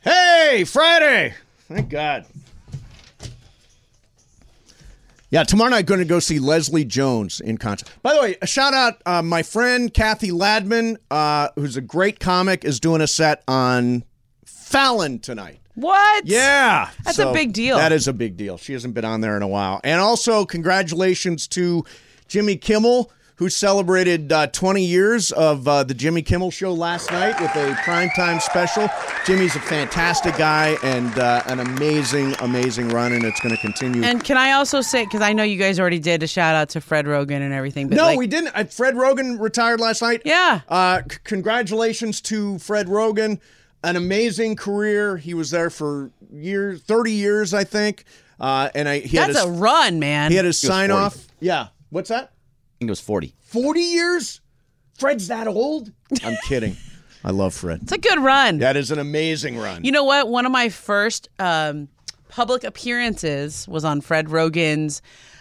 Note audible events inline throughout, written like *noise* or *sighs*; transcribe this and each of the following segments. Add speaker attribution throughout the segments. Speaker 1: Hey, Friday! Thank God. Yeah, tomorrow night going to go see Leslie Jones in concert. By the way, a shout out uh, my friend Kathy Ladman, uh, who's a great comic, is doing a set on Fallon tonight.
Speaker 2: What?
Speaker 1: Yeah,
Speaker 2: That's a big deal.
Speaker 1: That is a big deal. She hasn't been on there in a while. And also, congratulations to Jimmy Kimmel, who celebrated uh, 20 years of uh, the Jimmy Kimmel Show last night with a primetime special. Jimmy's a fantastic guy and uh, an amazing, amazing run, and it's going to continue.
Speaker 2: And can I also say, because I know you guys already did a shout out to Fred Rogan and everything, but
Speaker 1: no,
Speaker 2: like,
Speaker 1: we didn't. Uh, Fred Rogan retired last night.
Speaker 2: Yeah.
Speaker 1: Uh, c- congratulations to Fred Rogan. An amazing career. He was there for years, thirty years, I think. Uh, and I he
Speaker 2: that's
Speaker 1: had
Speaker 2: a
Speaker 1: his,
Speaker 2: run, man.
Speaker 1: he had his sign
Speaker 3: 40.
Speaker 1: off. Yeah. What's that?
Speaker 3: think it was 40.
Speaker 1: Forty years? Fred's that old? *laughs* I'm kidding. I love Fred.
Speaker 2: it's a good run.
Speaker 1: That is an amazing run.
Speaker 2: You know what? One of my first um, public appearances was on Fred Rogan's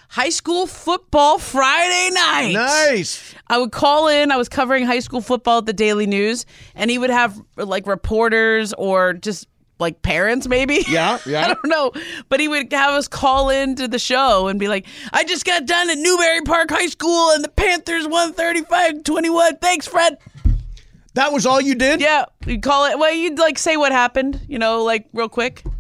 Speaker 2: High School Football Friday night.
Speaker 1: nice.
Speaker 2: I would call in. I was covering high school football at the Daily News, and he would have like reporters or just like parents, maybe. *laughs*
Speaker 1: Yeah, yeah.
Speaker 2: I don't know, but he would have us call in to the show and be like, "I just got done at Newberry Park High School, and the Panthers won 35-21. Thanks, Fred."
Speaker 1: That was all you did?
Speaker 2: Yeah, you'd call it. Well, you'd like say what happened, you know, like real quick. *laughs*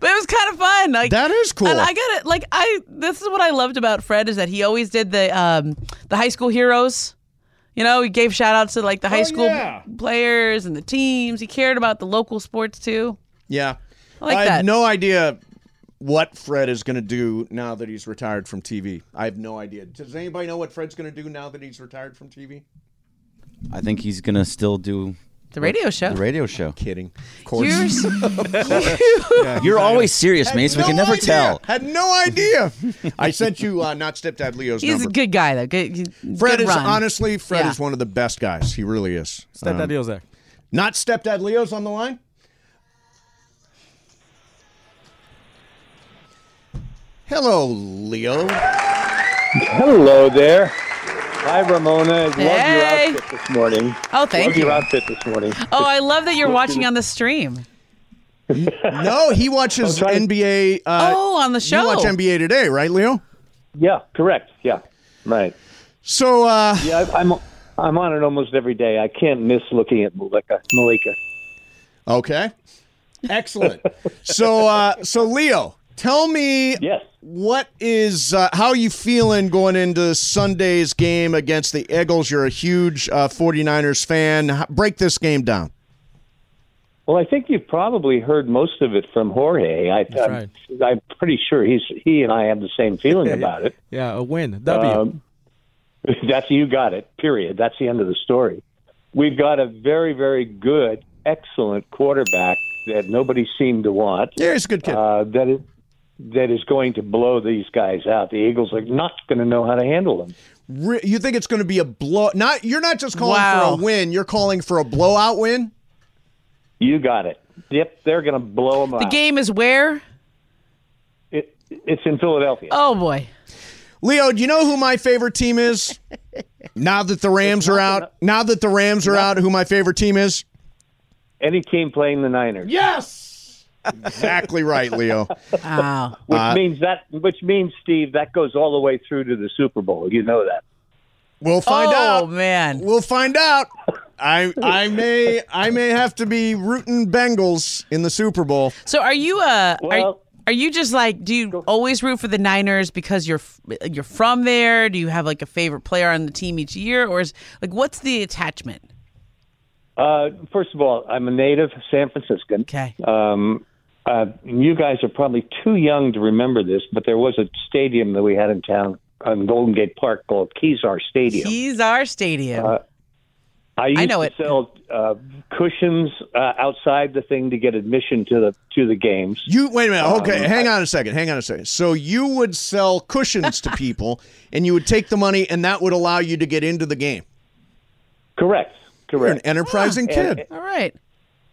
Speaker 2: But it was kind of fun. Like
Speaker 1: That is cool.
Speaker 2: And I got it. Like I, this is what I loved about Fred is that he always did the um the high school heroes. You know, he gave shout outs to like the high
Speaker 1: Oh,
Speaker 2: school
Speaker 1: yeah.
Speaker 2: players and the teams. He cared about the local sports too.
Speaker 1: Yeah. I,
Speaker 2: like
Speaker 1: have
Speaker 2: that.
Speaker 1: no idea what Fred is going to do now that he's retired from TV. I have no idea. Does anybody know what Fred's going to do now that he's retired from TV?
Speaker 3: I think he's going to still do
Speaker 2: The radio show.
Speaker 3: the radio show.
Speaker 1: Kidding. Of course. *laughs*
Speaker 3: *laughs*
Speaker 2: You're s-
Speaker 3: You're always serious, Mace. We
Speaker 1: No
Speaker 3: can never
Speaker 1: idea.
Speaker 3: tell.
Speaker 1: Had no
Speaker 3: *laughs*
Speaker 1: idea. I sent you uh, not stepdad Leo's
Speaker 2: he's a
Speaker 1: number.
Speaker 2: good guy though. Good, good
Speaker 1: Fred is
Speaker 2: run.
Speaker 1: honestly, Fred
Speaker 2: Yeah.
Speaker 1: is one of the best guys. He really is.
Speaker 4: Step that
Speaker 1: Um,
Speaker 4: deal, Zach.
Speaker 1: not stepdad Leo's on the line. Hello, Leo.
Speaker 5: Hello there. Hi, Ramona. I love
Speaker 2: Hey.
Speaker 5: your outfit this morning.
Speaker 2: Oh, thank
Speaker 5: love
Speaker 2: you.
Speaker 5: your outfit this morning.
Speaker 2: Oh, I love that you're watching on the stream.
Speaker 1: *laughs* No, he watches
Speaker 5: trying-
Speaker 1: NBA. Uh,
Speaker 2: oh, on the show.
Speaker 1: You watch NBA today, right, Leo?
Speaker 5: Yeah, correct. Yeah, right.
Speaker 1: So, uh,
Speaker 5: Yeah, I, I'm I'm on it almost every day. I can't miss looking at Malika. Malika.
Speaker 1: okay, excellent. so, uh, so Leo, tell me
Speaker 5: Yes.
Speaker 1: what is uh, how are you feeling going into Sunday's game against the Eagles? You're a huge uh, 49ers fan. H- Break this game down.
Speaker 5: Well, I think you've probably heard most of it from Jorge. I, I'm,
Speaker 4: right.
Speaker 5: I'm pretty sure he's he and I have the same
Speaker 1: *laughs*
Speaker 5: feeling about it.
Speaker 4: Yeah, a
Speaker 1: Uh,
Speaker 4: win. W.
Speaker 5: Um, *laughs* that's you got it. Period. That's the end of the story. We've got a very, very good, excellent quarterback that nobody seemed to want.
Speaker 1: Yeah, he's a good kid.
Speaker 5: Uh, that is that is going to blow these guys out. The Eagles are not going to know how to handle them.
Speaker 1: Re- you think it's going to be a blow? Not you're not just calling
Speaker 2: Wow.
Speaker 1: for a win. You're calling for a blowout win.
Speaker 5: You got it. Yep, they're going to blow them
Speaker 2: the
Speaker 5: out.
Speaker 2: game is where?
Speaker 5: It, it's in Philadelphia.
Speaker 2: Oh boy.
Speaker 1: Leo, do you know who my favorite team is? *laughs* now that the Rams are out, now that the Rams are out, who my favorite team is?
Speaker 5: Any team playing the Niners,
Speaker 1: Yes. Exactly right, Leo.
Speaker 2: *laughs*
Speaker 1: Uh,
Speaker 2: Wow.
Speaker 5: which means that, which means Steve, that goes all the way through to the Super Bowl. You know that.
Speaker 1: We'll find
Speaker 2: oh
Speaker 1: out.
Speaker 2: man.
Speaker 1: We'll find out. I I may I may have to be rooting Bengals in the Super Bowl.
Speaker 2: So are you uh are,
Speaker 5: Well-
Speaker 2: are you just like do you always root for the Niners because you're f- you're from there? Do you have like a favorite player on the team each year or is like what's the attachment?
Speaker 5: Uh, first of all, I'm a native San Franciscan.
Speaker 2: Okay.
Speaker 5: Um, uh, you guys are probably too young to remember this, but there was a stadium that we had in town on Golden Gate Park called Kezar Stadium.
Speaker 1: Uh,
Speaker 2: He's our stadium.
Speaker 5: I used
Speaker 2: know
Speaker 5: to
Speaker 2: it.
Speaker 5: sell uh, cushions uh, outside the thing to get admission to the to the games.
Speaker 1: You wait a minute. Okay, hang on a second. Hang on a second. So you would sell cushions to people, and you would take the money, and that would allow you to get into the game.
Speaker 5: Correct.
Speaker 1: You're an
Speaker 5: Correct.
Speaker 1: enterprising
Speaker 5: And-
Speaker 1: kid.
Speaker 2: All right.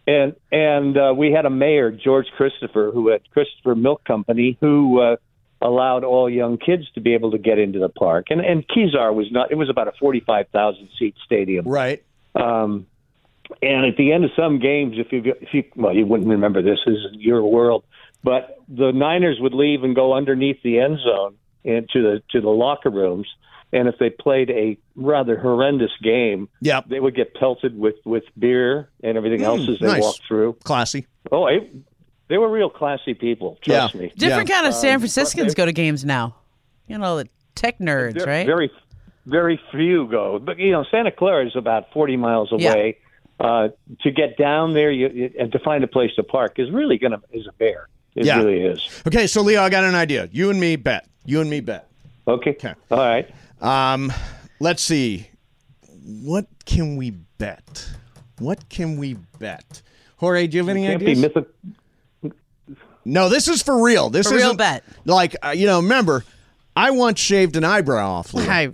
Speaker 5: and and uh, we had a mayor George Christopher who had Christopher Milk Company who uh, allowed all young kids to be able to get into the park and and Kezar was not it was about a 45,000 seat stadium
Speaker 1: Right.
Speaker 5: um, and at the end of some games, if you if you well, you wouldn't remember this this is your world, but the Niners would leave and go underneath the end zone into the to the locker rooms, and if they played a rather horrendous game,
Speaker 1: Yep. Mm,
Speaker 5: they would get pelted with with beer and everything else as they
Speaker 1: nice.
Speaker 5: walked through.
Speaker 1: Classy.
Speaker 5: Oh, it, they were real classy people. Trust
Speaker 1: Yeah.
Speaker 5: me.
Speaker 2: Different kind of San
Speaker 5: Um,
Speaker 2: Franciscans go to games now. You know, the tech nerds,
Speaker 5: Ver-
Speaker 2: right?
Speaker 5: Very, very few go. But you know, Santa Clara is about forty miles
Speaker 2: Yeah.
Speaker 5: away. Uh, to get down there you, you, and to find a place to park is really gonna is a bear. It
Speaker 1: Yeah.
Speaker 5: really is.
Speaker 1: Okay, so Leo, I got an idea. You and me bet. You and me bet.
Speaker 5: Okay. All right.
Speaker 1: Um, let's see. What can we bet? What can we bet? Jorge, do you have any
Speaker 5: Can't
Speaker 1: ideas?
Speaker 5: be mythic.
Speaker 1: no, this is for real. This
Speaker 2: For
Speaker 1: is
Speaker 2: real bet.
Speaker 1: Like uh, you know, remember, I once shaved an eyebrow off. Leo.
Speaker 2: I,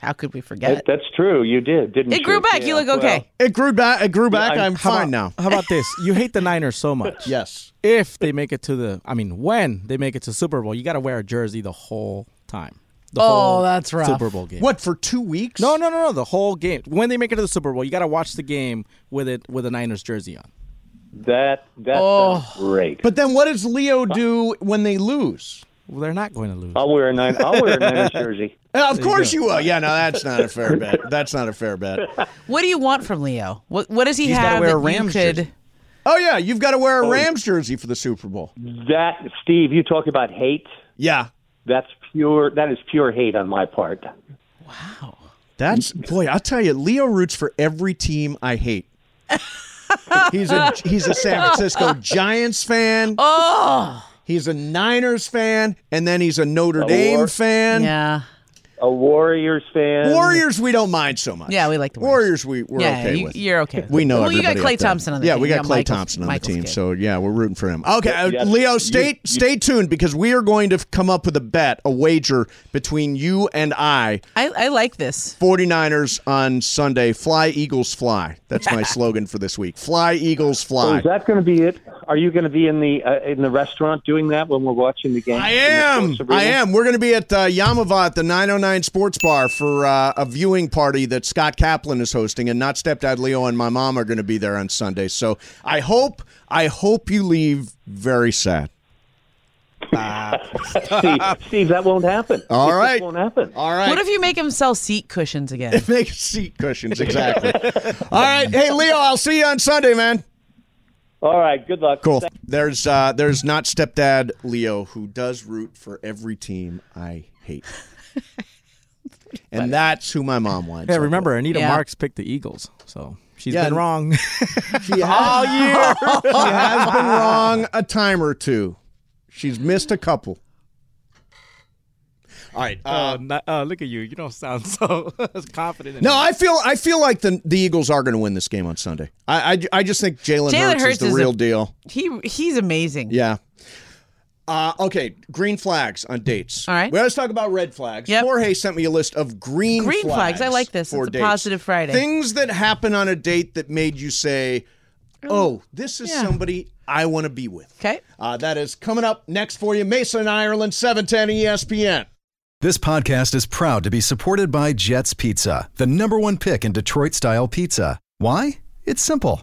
Speaker 2: how could we
Speaker 5: That,
Speaker 2: forget?
Speaker 5: that's true. You did, didn't
Speaker 2: It grew
Speaker 5: you?
Speaker 2: back.
Speaker 5: Yeah,
Speaker 2: you look
Speaker 5: well,
Speaker 2: okay.
Speaker 1: It grew back. It grew back.
Speaker 5: Yeah, I-
Speaker 1: I'm
Speaker 4: How
Speaker 1: fine now.
Speaker 4: about, How about this? You hate the Niners so much.
Speaker 1: *laughs* Yes.
Speaker 4: If they make it to the, I mean, when they make it to Super Bowl, you got to wear a jersey the whole time. The
Speaker 2: Oh,
Speaker 4: whole
Speaker 2: that's rough.
Speaker 4: Super Bowl game.
Speaker 1: What for two weeks?
Speaker 4: No, no, no, no. The whole game. When they make it to the Super Bowl, you got to watch the game with it with a Niners jersey on.
Speaker 5: That that
Speaker 2: Oh.
Speaker 5: sounds great.
Speaker 1: But then, what does Leo do when they lose?
Speaker 4: Well, they're not going to lose.
Speaker 5: I'll wear a nine. I'll wear a Niners
Speaker 1: *laughs*
Speaker 5: jersey.
Speaker 1: Uh, of course you will. Yeah, no, that's not a fair bet. That's not a fair bet.
Speaker 5: *laughs*
Speaker 2: What do you want from Leo? What What does he
Speaker 4: He's gotta
Speaker 2: have?
Speaker 4: wear a
Speaker 2: that you
Speaker 4: Rams
Speaker 2: could-
Speaker 4: jersey.
Speaker 1: Oh yeah, you've got to wear a Rams jersey for the Super Bowl.
Speaker 5: That Steve, you talk about hate.
Speaker 1: Yeah,
Speaker 5: That's pure. That is pure hate on my part.
Speaker 1: That's boy, I'll tell you, Leo roots for every team I *laughs* hate. he's a he's a San Francisco Giants fan. Oh. He's a Niners fan, and then he's a Notre Dame
Speaker 5: Lord.
Speaker 1: fan.
Speaker 2: Yeah.
Speaker 5: A Warriors fan.
Speaker 1: Warriors we don't mind so much.
Speaker 2: Yeah, we like the
Speaker 1: Warriors. we we're
Speaker 2: yeah,
Speaker 1: okay
Speaker 2: you,
Speaker 1: with.
Speaker 2: you're okay.
Speaker 1: we know
Speaker 2: Well, you got
Speaker 1: everybody
Speaker 2: Clay
Speaker 1: up there.
Speaker 2: Thompson on the
Speaker 1: yeah,
Speaker 2: team.
Speaker 1: we
Speaker 2: You
Speaker 1: got Clay
Speaker 2: Michael's-
Speaker 1: Thompson on
Speaker 2: Michael's
Speaker 1: the team.
Speaker 2: kid.
Speaker 1: So yeah, we're rooting for him. Okay, uh,
Speaker 5: Yeah,
Speaker 1: Leo,
Speaker 5: you-
Speaker 1: stay
Speaker 5: you-
Speaker 1: stay tuned because we are going to come up with a bet, a wager between you and I
Speaker 2: I, I like this.
Speaker 1: 49ers on Sunday. Fly Eagles fly.
Speaker 2: *laughs*
Speaker 1: That's my slogan for this week. Fly Eagles
Speaker 5: So
Speaker 1: fly.
Speaker 5: Oh, is that going to be it? Are you going to be in the uh, in the restaurant doing that when we're watching the game?
Speaker 1: I
Speaker 5: in the
Speaker 1: am.
Speaker 5: sports arena?
Speaker 1: I am. We're going to be at uh, Yamava at the 909 Sports Bar for uh, a viewing party that Scott Kaplan is hosting, and not stepdad Leo and my mom are going to be there on Sunday. So I hope, I hope you leave very sad. *laughs*
Speaker 5: Steve, Steve, that won't happen.
Speaker 1: All
Speaker 5: It just
Speaker 1: right.
Speaker 5: Ah. won't happen.
Speaker 1: All right.
Speaker 2: What if you make him sell seat cushions again?
Speaker 1: make *laughs* seat cushions? Exactly. All right. Hey Leo, I'll see you on Sunday, man.
Speaker 5: All right. Good luck.
Speaker 1: Cool. There's uh there's not stepdad Leo who does root for every team I hate. and that's who my mom wants.
Speaker 4: Yeah, remember Anita
Speaker 2: Yeah.
Speaker 4: Marks picked the Eagles, so she's
Speaker 1: Yeah,
Speaker 4: been
Speaker 1: and-
Speaker 4: wrong.
Speaker 1: *laughs*
Speaker 4: *laughs*
Speaker 1: she all year. *laughs* she has been wrong a time or two. She's missed a couple. All right. Uh,
Speaker 4: Uh, not- uh, look at you. You don't sound *laughs* so confident. in
Speaker 1: no,
Speaker 4: it.
Speaker 1: I feel uh, I feel like the the Eagles are going to win this game on Sunday. I I, I just think Jalen
Speaker 2: Jalen
Speaker 1: Hurts, is
Speaker 2: Hurts
Speaker 1: the
Speaker 2: is a-
Speaker 1: real deal.
Speaker 2: He he's amazing.
Speaker 1: Yeah. Uh, okay, green flags on dates.
Speaker 2: All right.
Speaker 1: We always talk about red flags.
Speaker 2: Yep.
Speaker 1: Jorge sent me a list of green
Speaker 2: Green flags. I like this.
Speaker 1: for
Speaker 2: It's a
Speaker 1: dates.
Speaker 2: positive Friday.
Speaker 1: Things that happen on a date that made you say, "Oh, this is
Speaker 2: yeah.
Speaker 1: somebody I want to be with."
Speaker 2: Okay.
Speaker 1: Uh, that is coming up next for you, Mason Ireland, seven ten E ESPN.
Speaker 6: This podcast is proud to be supported by Jets Pizza, the number one pick in Detroit style pizza. Why? It's simple.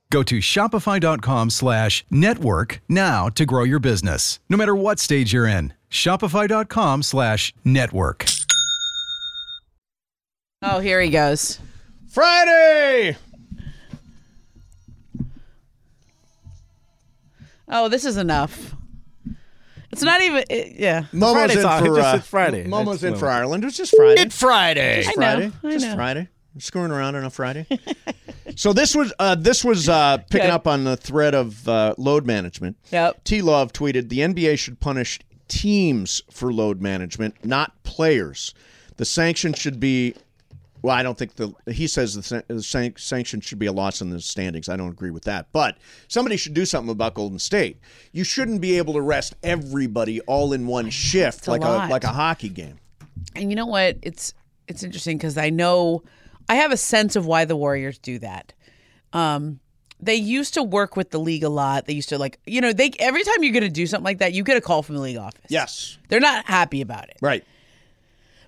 Speaker 6: Go to shopify.com slash network now to grow your business, no matter what stage you're in. Shopify.com slash network.
Speaker 2: Oh, here he goes.
Speaker 1: Friday.
Speaker 2: Oh, this is enough. It's not even. It, yeah.
Speaker 1: Momo's
Speaker 4: Friday's
Speaker 1: in
Speaker 4: on.
Speaker 1: for
Speaker 4: Just
Speaker 1: uh,
Speaker 4: said Friday.
Speaker 1: Momo's
Speaker 4: That's
Speaker 1: in
Speaker 4: Momo.
Speaker 1: for Ireland. It's just Friday. It's Friday. Just
Speaker 2: I know,
Speaker 1: Friday.
Speaker 2: I
Speaker 1: just
Speaker 2: know.
Speaker 1: Friday. I'm screwing around on
Speaker 2: *laughs*
Speaker 1: a Friday. so this was uh, this was uh, picking
Speaker 2: Okay.
Speaker 1: up on the thread of uh, load management.
Speaker 2: Yep.
Speaker 1: T Love tweeted the NBA should punish teams for load management, not players. The sanction should be. Well, I don't think the he says the, san- the san- sanction should be a loss in the standings. I don't agree with that, but somebody should do something about Golden State. You shouldn't be able to rest everybody all in one shift
Speaker 2: a
Speaker 1: like
Speaker 2: lot.
Speaker 1: a like a hockey game.
Speaker 2: *laughs* And you know what? It's it's interesting because I know I have a sense of why the Warriors do that. Um, they used to work with the league a lot. They used to like you know they every time you're going to do something like that, you get a call from the league office.
Speaker 1: Yes,
Speaker 2: They're not happy about it.
Speaker 1: right.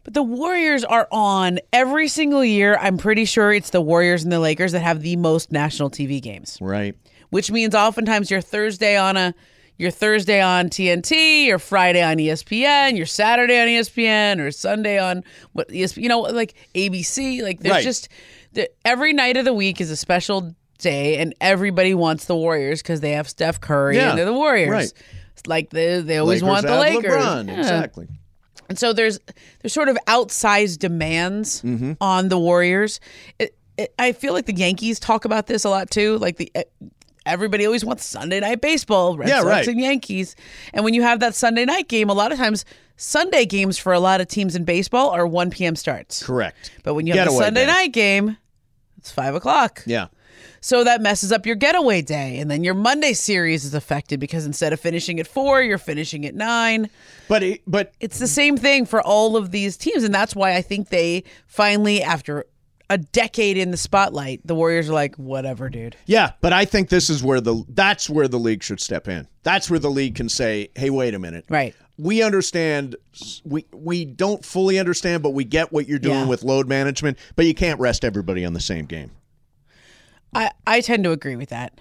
Speaker 2: But the Warriors are on every single year. I'm pretty sure it's the Warriors and the Lakers that have the most national TV games,
Speaker 1: Right.
Speaker 2: which means oftentimes your Thursday on a your Thursday on TNT, your Friday on E ESPN, your Saturday on E ESPN, or Sunday on what E ESPN, you know, like ABC. Like there's
Speaker 1: Right.
Speaker 2: just the, every night of the week is a special day, and everybody wants the Warriors because they have Steph Curry
Speaker 1: Yeah.
Speaker 2: and they're the Warriors.
Speaker 1: Right.
Speaker 2: Like they, they always want the
Speaker 1: have
Speaker 2: Lakers.
Speaker 1: LeBron.
Speaker 2: Yeah.
Speaker 1: Exactly.
Speaker 2: And so there's there's sort of outsized demands
Speaker 1: Mm-hmm.
Speaker 2: on the Warriors. It, it, I feel like the Yankees talk about this a lot too. Like the everybody always wants Sunday night baseball, Red
Speaker 1: Yeah,
Speaker 2: Sox
Speaker 1: right.
Speaker 2: and Yankees. And when you have that Sunday night game, a lot of times Sunday games for a lot of teams in baseball are 1 p.m. starts.
Speaker 1: Correct.
Speaker 2: But when you have a
Speaker 1: Getaway
Speaker 2: Sunday
Speaker 1: day.
Speaker 2: night game, it's five o'clock.
Speaker 1: Yeah.
Speaker 2: So that messes up your getaway day, and then your Monday series is affected because instead of finishing at four, you're finishing at nine
Speaker 1: But it, but
Speaker 2: it's the same thing for all of these teams and that's why i think they finally after a decade in the spotlight the warriors are like whatever dude
Speaker 1: yeah, but I think this is where the that's where the league should step in. That's where the league can say, "Hey, wait a minute.
Speaker 2: right
Speaker 1: We understand we we don't fully understand, but we get what you're doing
Speaker 2: Yeah.
Speaker 1: with load management, but you can't rest everybody on the same game."
Speaker 2: i i tend to agree with that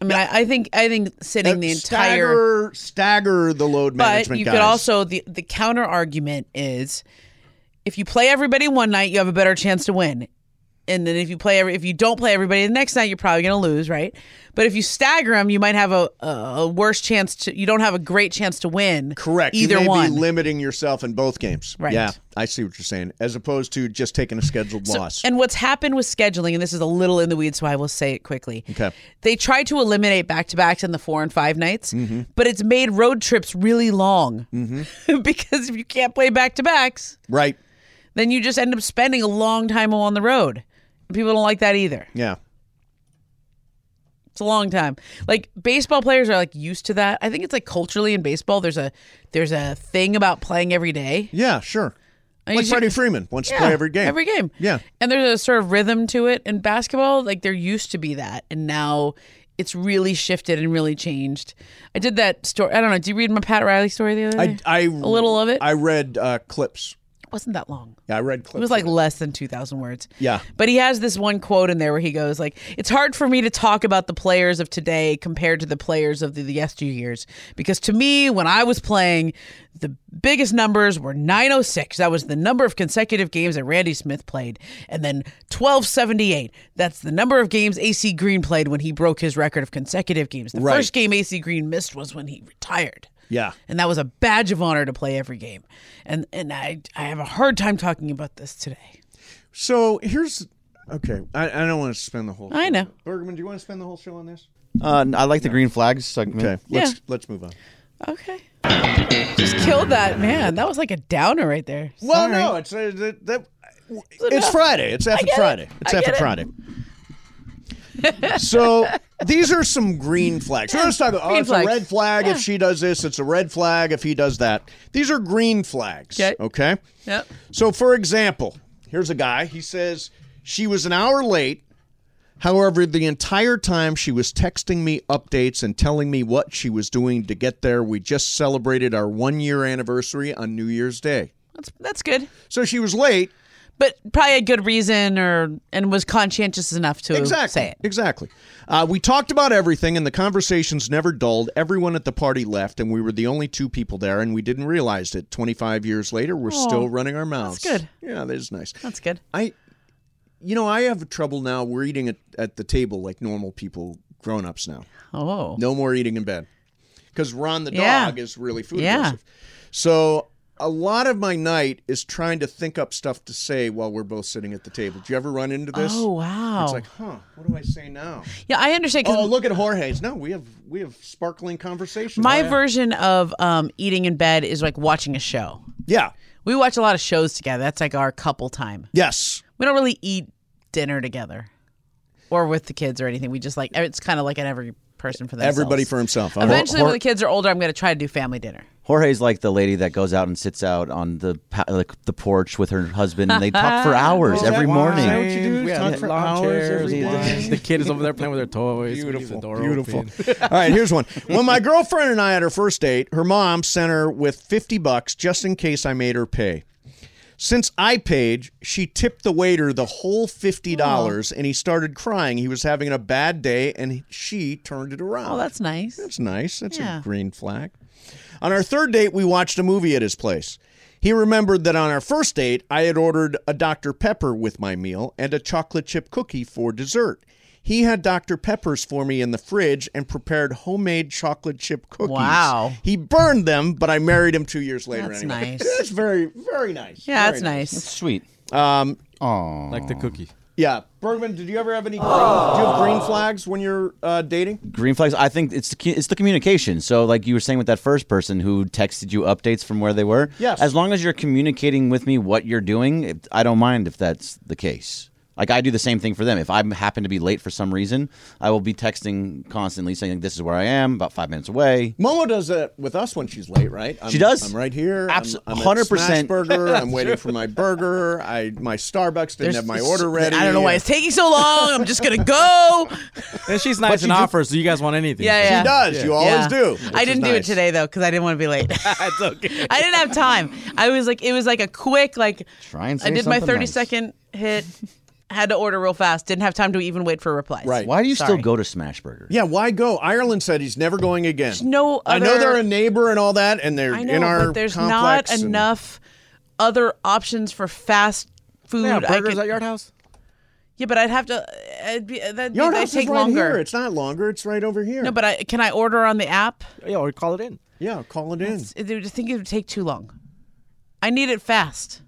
Speaker 2: i mean I, I think i think sitting the entire
Speaker 1: stagger stagger the load
Speaker 2: but
Speaker 1: management
Speaker 2: you
Speaker 1: guys.
Speaker 2: could also the the counter argument is if you play everybody one night you have a better chance to win and then if you play every, if you don't play everybody the next night you're probably going to lose right but if you stagger them you might have a, a, a worse chance to you don't have a great chance to win
Speaker 1: Correct.
Speaker 2: either
Speaker 1: you may
Speaker 2: one
Speaker 1: be limiting yourself in both games.
Speaker 2: Right.
Speaker 1: Yeah, I see what you're saying. As opposed to just taking a scheduled
Speaker 2: So-
Speaker 1: loss.
Speaker 2: And what's happened with scheduling, and this is a little in the weeds, so I will say it quickly.
Speaker 1: Okay.
Speaker 2: They tried to eliminate back to backs in the four and five nights,
Speaker 1: Mm-hmm.
Speaker 2: but it's made road trips really long *laughs* because if you can't play back to backs,
Speaker 1: right.
Speaker 2: then you just end up spending a long time on the road. People don't like that either.
Speaker 1: Yeah.
Speaker 2: It's a long time. Like baseball players are like used to that. I think it's like culturally in baseball, there's a there's a thing about playing every day.
Speaker 1: Yeah, sure.
Speaker 2: I
Speaker 1: Like
Speaker 2: usually-
Speaker 1: Freddie Freeman wants to
Speaker 2: Yeah,
Speaker 1: play every game.
Speaker 2: Every game.
Speaker 1: Yeah.
Speaker 2: And there's a sort of rhythm to it. In basketball, like there used to be that, and now it's really shifted and really changed. I did that story. I don't know. Did you read my Pat Riley story the other day?
Speaker 1: I, I a
Speaker 2: little of it?
Speaker 1: I read uh, clips.
Speaker 2: it wasn't that long.
Speaker 1: Yeah, I read clips.
Speaker 2: It was like less than 2,000 words.
Speaker 1: Yeah.
Speaker 2: But he has this one quote in there where he goes like, "It's hard for me to talk about the players of today compared to the players of the, the yesteryears because to me, when I was playing, the biggest numbers were 906. That was the number of consecutive games that Randy Smith played, and then 1278. That's the number of games AC Green played when he broke his record of consecutive games. The
Speaker 1: Right.
Speaker 2: first game AC Green missed was when he retired."
Speaker 1: yeah,
Speaker 2: and that was a badge of honor to play every game. And and I I have a hard time talking about this today.
Speaker 1: So here's okay. I, I don't want to spend the whole.
Speaker 2: I
Speaker 1: show.
Speaker 2: know.
Speaker 1: Bergman, do you want to spend the whole show on this?
Speaker 3: Uh, I like the green flags segment.
Speaker 1: Okay,
Speaker 2: Yeah.
Speaker 1: let's let's move on.
Speaker 2: Okay. Just killed that man. That was like a downer right there.
Speaker 1: Well,
Speaker 2: Sorry.
Speaker 1: no, it's uh, that, that, it's
Speaker 2: enough.
Speaker 1: Friday. It's after
Speaker 2: get it.
Speaker 1: Friday. It's
Speaker 2: I
Speaker 1: after
Speaker 2: get it.
Speaker 1: Friday.
Speaker 2: *laughs*
Speaker 1: so these are some green flags. So let's talk about. Oh,
Speaker 2: Green
Speaker 1: it's
Speaker 2: flags.
Speaker 1: a red flag if she does this. It's a red flag if he does that. These are green flags.
Speaker 2: Okay.
Speaker 1: Okay.
Speaker 2: Yep.
Speaker 1: So, for example, Here's a guy. He says she was an hour late. However, the entire time she was texting me updates and telling me what she was doing to get there. We just celebrated our one year anniversary on New Year's Day.
Speaker 2: That's that's good.
Speaker 1: So she was late.
Speaker 2: But probably a good reason or and was conscientious enough to
Speaker 1: exactly.
Speaker 2: say it.
Speaker 1: Exactly. Uh, we talked about everything, and the conversations never dulled. Everyone at the party left, and we were the only two people there, and we didn't realize it. Twenty-five years later, we're still running our mouths.
Speaker 2: Oh, good.
Speaker 1: Yeah, that is nice.
Speaker 2: That's good.
Speaker 1: I, you know, I have trouble now. We're eating at, at the table like normal people, grown-ups now.
Speaker 2: Oh.
Speaker 1: No more eating in bed. Because Ron the
Speaker 2: Yeah.
Speaker 1: dog is really food
Speaker 2: Yeah.
Speaker 1: aggressive. So a lot of my night is trying to think up stuff to say while we're both sitting at the table. Do you ever run into this?
Speaker 2: Oh wow.
Speaker 1: It's like, huh, what do I say now?
Speaker 2: yeah, I understand
Speaker 1: Oh,
Speaker 2: because
Speaker 1: look at Jorge's. No, we have we have sparkling conversations.
Speaker 2: my
Speaker 1: Oh, yeah.
Speaker 2: version of um, eating in bed is like watching a show.
Speaker 1: yeah.
Speaker 2: We watch a lot of shows together. That's like our couple time.
Speaker 1: Yes.
Speaker 2: We don't really eat dinner together or with the kids or anything. We just like it's kind of like an every person for themselves.
Speaker 1: Everybody for himself. Uh-huh. All right.
Speaker 2: Eventually, when the kids are older, I'm going to try to do family dinner.
Speaker 3: Jorge's like the lady that goes out and sits out on the pa- like the porch with her husband, and they talk
Speaker 2: *laughs* Oh,
Speaker 3: for hours every morning.
Speaker 4: Wine,
Speaker 1: what you do?
Speaker 4: we have
Speaker 1: Talk for
Speaker 4: lawn
Speaker 1: hours every
Speaker 4: chairs,
Speaker 1: day.
Speaker 4: The kid is over there playing with their toys. we leave the door
Speaker 1: *laughs*
Speaker 4: open.
Speaker 1: All right, here's one. When my girlfriend and I had our first date, her mom sent her with 50 bucks just in case I made her pay. Since I paid, she tipped the waiter the whole $50 and he started crying. He was having a bad day and she turned it around.
Speaker 2: Oh, that's nice.
Speaker 1: That's nice. That's
Speaker 2: Yeah.
Speaker 1: a green flag. On our third date, we watched a movie at his place. He remembered that on our first date, I had ordered a Dr. Pepper with my meal and a chocolate chip cookie for dessert. He had Dr. Peppers for me in the fridge and prepared homemade chocolate chip cookies.
Speaker 2: Wow.
Speaker 1: He burned them, but I married him two years later
Speaker 2: That's
Speaker 1: anyway.
Speaker 2: nice.
Speaker 1: That's very, very nice.
Speaker 2: Yeah,
Speaker 1: Very
Speaker 2: that's nice.
Speaker 3: Sweet.
Speaker 1: Um,
Speaker 4: Like the cookie.
Speaker 1: *laughs* Yeah. Bergman, did you ever have any green, do you have green flags when you're uh, dating?
Speaker 3: Green flags. I think it's the, cu- it's the communication. So like you were saying with that first person who texted you updates from where they were.
Speaker 1: Yes.
Speaker 3: As long as you're communicating with me what you're doing, it- I don't mind if that's the case. Like I do the same thing for them. If I happen to be late for some reason, I will be texting constantly saying this is where I am, about five minutes away.
Speaker 1: Momo does that with us when she's late, right? I'm,
Speaker 3: She does.
Speaker 1: I'm right here.
Speaker 3: Abso-
Speaker 1: I'm, I'm
Speaker 3: 100%. *laughs*
Speaker 2: *laughs*
Speaker 1: Burger. I'm waiting for my burger. I my Starbucks didn't have my order ready.
Speaker 2: I don't know why it's taking so long. I'm just going to go.
Speaker 4: And she's nice and offers. So you guys want anything?
Speaker 2: Yeah,
Speaker 1: She
Speaker 2: yeah.
Speaker 1: does. You always
Speaker 2: Yeah.
Speaker 1: do.
Speaker 2: I
Speaker 1: which
Speaker 2: didn't
Speaker 1: is
Speaker 2: do it
Speaker 1: nice.
Speaker 2: today though because I didn't want to be late.
Speaker 4: That's okay.
Speaker 2: *laughs* I didn't have time. I was like, it was like a quick like.
Speaker 3: Try and
Speaker 2: I
Speaker 3: say
Speaker 2: did my
Speaker 3: something
Speaker 2: thirty
Speaker 3: nice.
Speaker 2: second hit. Had to order real fast. Didn't have time to even wait for replies.
Speaker 1: Right.
Speaker 3: Why do you
Speaker 2: Sorry.
Speaker 3: still go to Smashburger?
Speaker 1: Yeah. Why go? Ireland said he's never going again.
Speaker 2: no
Speaker 1: I know
Speaker 2: other-
Speaker 1: they're a neighbor and all that, and they're
Speaker 2: I know,
Speaker 1: in our
Speaker 2: but there's not
Speaker 1: complex. and-
Speaker 2: enough other options for fast food.
Speaker 4: Yeah,
Speaker 2: I
Speaker 4: burgers
Speaker 2: could-
Speaker 4: at Yard House.
Speaker 2: yeah, but I'd have to. I'd be, uh, that'd be,
Speaker 1: Your
Speaker 2: that'd
Speaker 1: house
Speaker 2: take
Speaker 1: is right
Speaker 2: longer.
Speaker 1: here. It's not longer. It's right over here.
Speaker 2: no, but I, can I order on the app?
Speaker 4: Yeah, or call it in.
Speaker 1: yeah, call it in.
Speaker 2: It would- I think it would take too long. I need it fast.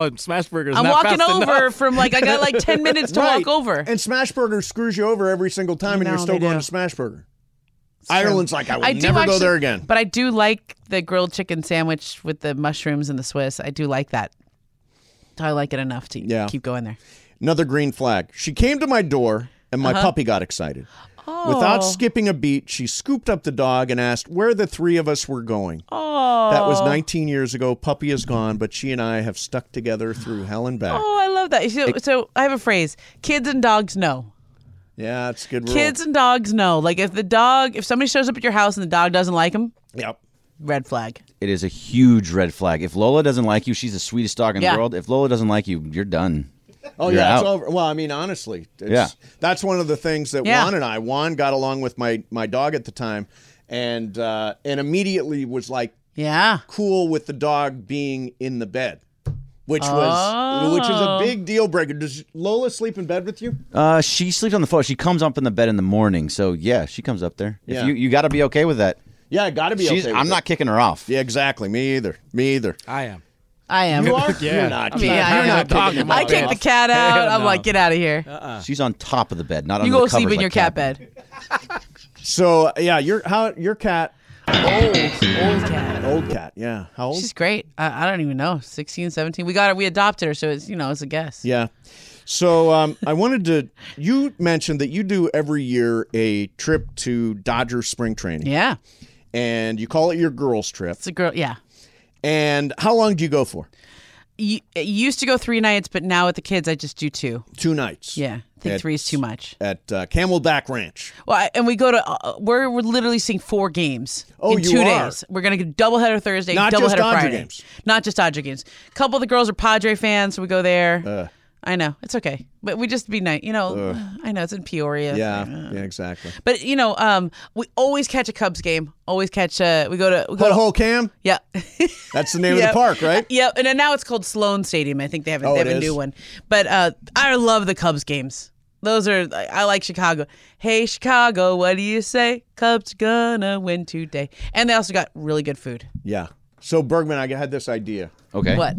Speaker 4: Oh, Smashburger is
Speaker 2: I'm
Speaker 4: not
Speaker 2: walking
Speaker 4: fast
Speaker 2: over
Speaker 4: enough.
Speaker 2: from like I got
Speaker 1: *laughs*
Speaker 2: like *laughs* ten minutes to walk
Speaker 1: Right.
Speaker 2: over.
Speaker 1: And Smashburger screws you over every single time, and
Speaker 2: know,
Speaker 1: you're still
Speaker 2: they
Speaker 1: going
Speaker 2: do.
Speaker 1: to Smashburger. Ireland's like I will
Speaker 2: I do
Speaker 1: never
Speaker 2: actually-
Speaker 1: go there again.
Speaker 2: But I do like the grilled chicken sandwich with the mushrooms and the Swiss. I do like that. I like it enough to
Speaker 1: Yeah.
Speaker 2: keep going there.
Speaker 1: Another green flag. She came to my door and my
Speaker 2: Uh-huh.
Speaker 1: puppy got excited. Without
Speaker 2: Oh.
Speaker 1: skipping a beat, she scooped up the dog and asked where the three of us were going.
Speaker 2: Oh,
Speaker 1: That was 19 years ago. Puppy is gone, but she and I have stuck together through hell and back.
Speaker 2: oh, I love that. So, so I have a phrase: kids and dogs know.
Speaker 1: Yeah, it's a good rule.
Speaker 2: Kids and dogs know. Like if the dog, if somebody shows up at your house and the dog doesn't like him,
Speaker 1: Yep.
Speaker 2: red flag.
Speaker 3: It is a huge red flag. If Lola doesn't like you, she's the sweetest dog in
Speaker 2: Yeah.
Speaker 3: the world. If Lola doesn't like you, you're done.
Speaker 1: Oh
Speaker 3: You're
Speaker 1: yeah, it's
Speaker 3: out.
Speaker 1: over. Well, I mean, honestly, it's,
Speaker 3: Yeah.
Speaker 1: that's one of the things that
Speaker 2: Yeah.
Speaker 1: Juan and I. Juan got along with my my dog at the time, and uh, and immediately was like,
Speaker 2: Yeah.
Speaker 1: cool with the dog being in the bed, which was which was
Speaker 2: Oh.
Speaker 1: a big deal breaker. Does Lola sleep in bed with you?
Speaker 3: Uh, she sleeps on the floor. She comes up in the bed in the morning. So yeah, she comes up there.
Speaker 1: Yeah.
Speaker 3: If you you got to be okay with that.
Speaker 1: Yeah, got to be.
Speaker 3: She's,
Speaker 1: okay with
Speaker 3: I'm
Speaker 1: it.
Speaker 3: not kicking her off.
Speaker 1: Yeah, exactly. Me either. Me either.
Speaker 4: I am.
Speaker 2: I am.
Speaker 1: You *laughs* are.
Speaker 4: Yeah.
Speaker 1: You're not.
Speaker 2: I mean, yeah,
Speaker 1: You're
Speaker 2: you're
Speaker 1: not
Speaker 2: not
Speaker 1: talking
Speaker 2: kidding. I
Speaker 1: about
Speaker 2: kick
Speaker 1: that.
Speaker 2: the cat out. I'm
Speaker 4: no. Uh-uh.
Speaker 2: like, get out of here.
Speaker 3: She's on top of the bed, not on
Speaker 2: you
Speaker 3: the
Speaker 2: go
Speaker 3: covers
Speaker 2: sleep in
Speaker 3: like
Speaker 2: your cat
Speaker 3: that.
Speaker 2: bed.
Speaker 1: *laughs* So uh, yeah, your how your cat,
Speaker 2: Old, old cat.
Speaker 1: old cat. Yeah, how old?
Speaker 2: She's great. I, I don't even know. 16, 17. We got her. We adopted her. So it's, you know, it's a guess.
Speaker 1: yeah. So um, I wanted to. You mentioned that you do every year a trip to Dodger spring training,
Speaker 2: Yeah.
Speaker 1: and you call it your girls' trip.
Speaker 2: It's a girl. Yeah.
Speaker 1: And how long do you go for?
Speaker 2: y- it used to go three nights, but now with the kids, I just do two.
Speaker 1: Two nights.
Speaker 2: Yeah, I think three is too much.
Speaker 1: At uh, Camelback Ranch.
Speaker 2: Well, I, and we go to uh, we're we're literally seeing four games
Speaker 1: Oh,
Speaker 2: in
Speaker 1: you
Speaker 2: two
Speaker 1: are.
Speaker 2: days. We're gonna get doubleheader Thursday,
Speaker 1: Not
Speaker 2: doubleheader
Speaker 1: just Dodger
Speaker 2: Friday.
Speaker 1: games.
Speaker 2: Not just Dodger games. A couple of the girls are Padre fans, so we go there.
Speaker 1: Uh.
Speaker 2: I know it's okay, but we just be nice. You know, I know it's in Peoria.
Speaker 1: Yeah. Yeah.
Speaker 2: uh,
Speaker 1: Exactly.
Speaker 2: But you know, um, we always catch a Cubs game. Always catch a. We go to. We go to
Speaker 1: Butthole Cam.
Speaker 2: yeah. *laughs*
Speaker 1: That's the name of
Speaker 2: Yep. Uh,
Speaker 1: the park, right?
Speaker 2: Yep. And then now it's called Sloan Stadium. I think they have a,
Speaker 1: Oh,
Speaker 2: they have
Speaker 1: it
Speaker 2: a
Speaker 1: is?
Speaker 2: new one. But uh, I love the Cubs games. Those are I I like Chicago. Hey Chicago, what do you say? Cubs gonna win today. And they also got really good food.
Speaker 1: Yeah. So Bergman, I had this idea.
Speaker 3: Okay.
Speaker 2: What?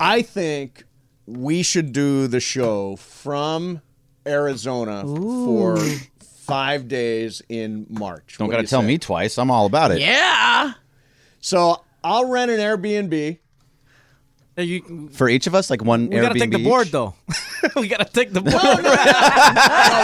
Speaker 1: I think we should do the show from Arizona for five days in March.
Speaker 3: Don't
Speaker 1: What
Speaker 3: got
Speaker 1: do
Speaker 3: to
Speaker 1: you
Speaker 3: tell
Speaker 1: say?
Speaker 3: me twice. I'm all about it.
Speaker 2: Yeah.
Speaker 1: So I'll rent an Airbnb.
Speaker 4: Hey, you-
Speaker 3: For each of us, like one
Speaker 4: we gotta
Speaker 3: Airbnb
Speaker 4: take the
Speaker 3: each?
Speaker 4: board though. we gotta take the board.
Speaker 1: Oh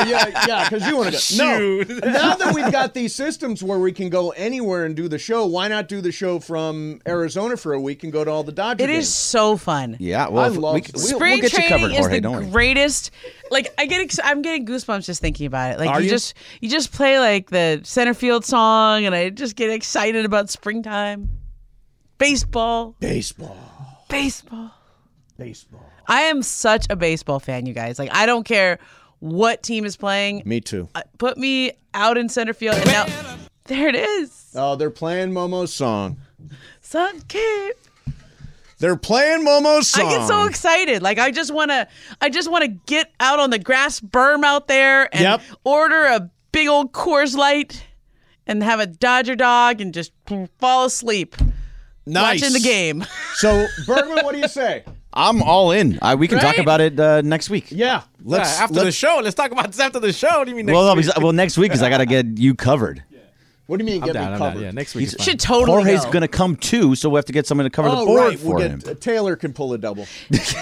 Speaker 1: yeah, yeah, because you want to go. No, now that we've got these systems where we can go anywhere and do the show, why not do the show from Arizona for a week and go to all the Dodger
Speaker 2: It
Speaker 1: games?
Speaker 2: is so fun.
Speaker 3: Yeah. Well,
Speaker 1: I
Speaker 3: if- we,
Speaker 1: love
Speaker 3: will
Speaker 1: spring
Speaker 3: we'll
Speaker 2: Spring
Speaker 3: get you
Speaker 2: training
Speaker 3: covered,
Speaker 2: is
Speaker 3: Jorge.
Speaker 2: the
Speaker 3: don't worry.
Speaker 2: greatest. Like I get, ex- I'm getting goosebumps just thinking about it. Like
Speaker 1: Are
Speaker 2: you,
Speaker 1: you?
Speaker 2: just, you just play like the center field song, and I just get excited about springtime, baseball,
Speaker 1: baseball.
Speaker 2: baseball.
Speaker 1: Baseball.
Speaker 2: I am such a baseball fan, you guys. Like I don't care what team is playing.
Speaker 1: Me too.
Speaker 2: Uh, Put me out in center field, and now there it is.
Speaker 1: Oh, they're playing Momo's song.
Speaker 2: Sun came.
Speaker 1: They're playing Momo's
Speaker 2: I
Speaker 1: song.
Speaker 2: get so excited. Like I just want to I just want to get out on the grass berm out there and
Speaker 1: Yep.
Speaker 2: order a big old Coors Light and have a Dodger dog and just fall asleep
Speaker 1: nice.
Speaker 2: watching the game. *laughs*
Speaker 1: So Bergman, what do you say?
Speaker 3: I'm all in. I, we can talk
Speaker 2: Right?
Speaker 3: about it uh, next week.
Speaker 1: Yeah, Uh, let's
Speaker 4: after the
Speaker 1: let's-
Speaker 4: show, let's talk about this after the show. What do you mean? Next
Speaker 3: well, no,
Speaker 4: week?
Speaker 3: because- well, next week because I got to get you covered.
Speaker 1: What do you mean
Speaker 4: I'm
Speaker 1: get
Speaker 4: down.
Speaker 1: me
Speaker 4: I'm
Speaker 1: covered?
Speaker 4: down. Yeah, next week. Is fine.
Speaker 2: Should totally
Speaker 3: Jorge's
Speaker 2: go.
Speaker 3: going to come too, so we have to get someone to cover the
Speaker 1: Oh,
Speaker 3: board
Speaker 1: right.
Speaker 3: for
Speaker 1: We'll
Speaker 3: him.
Speaker 1: get, Taylor can pull a double.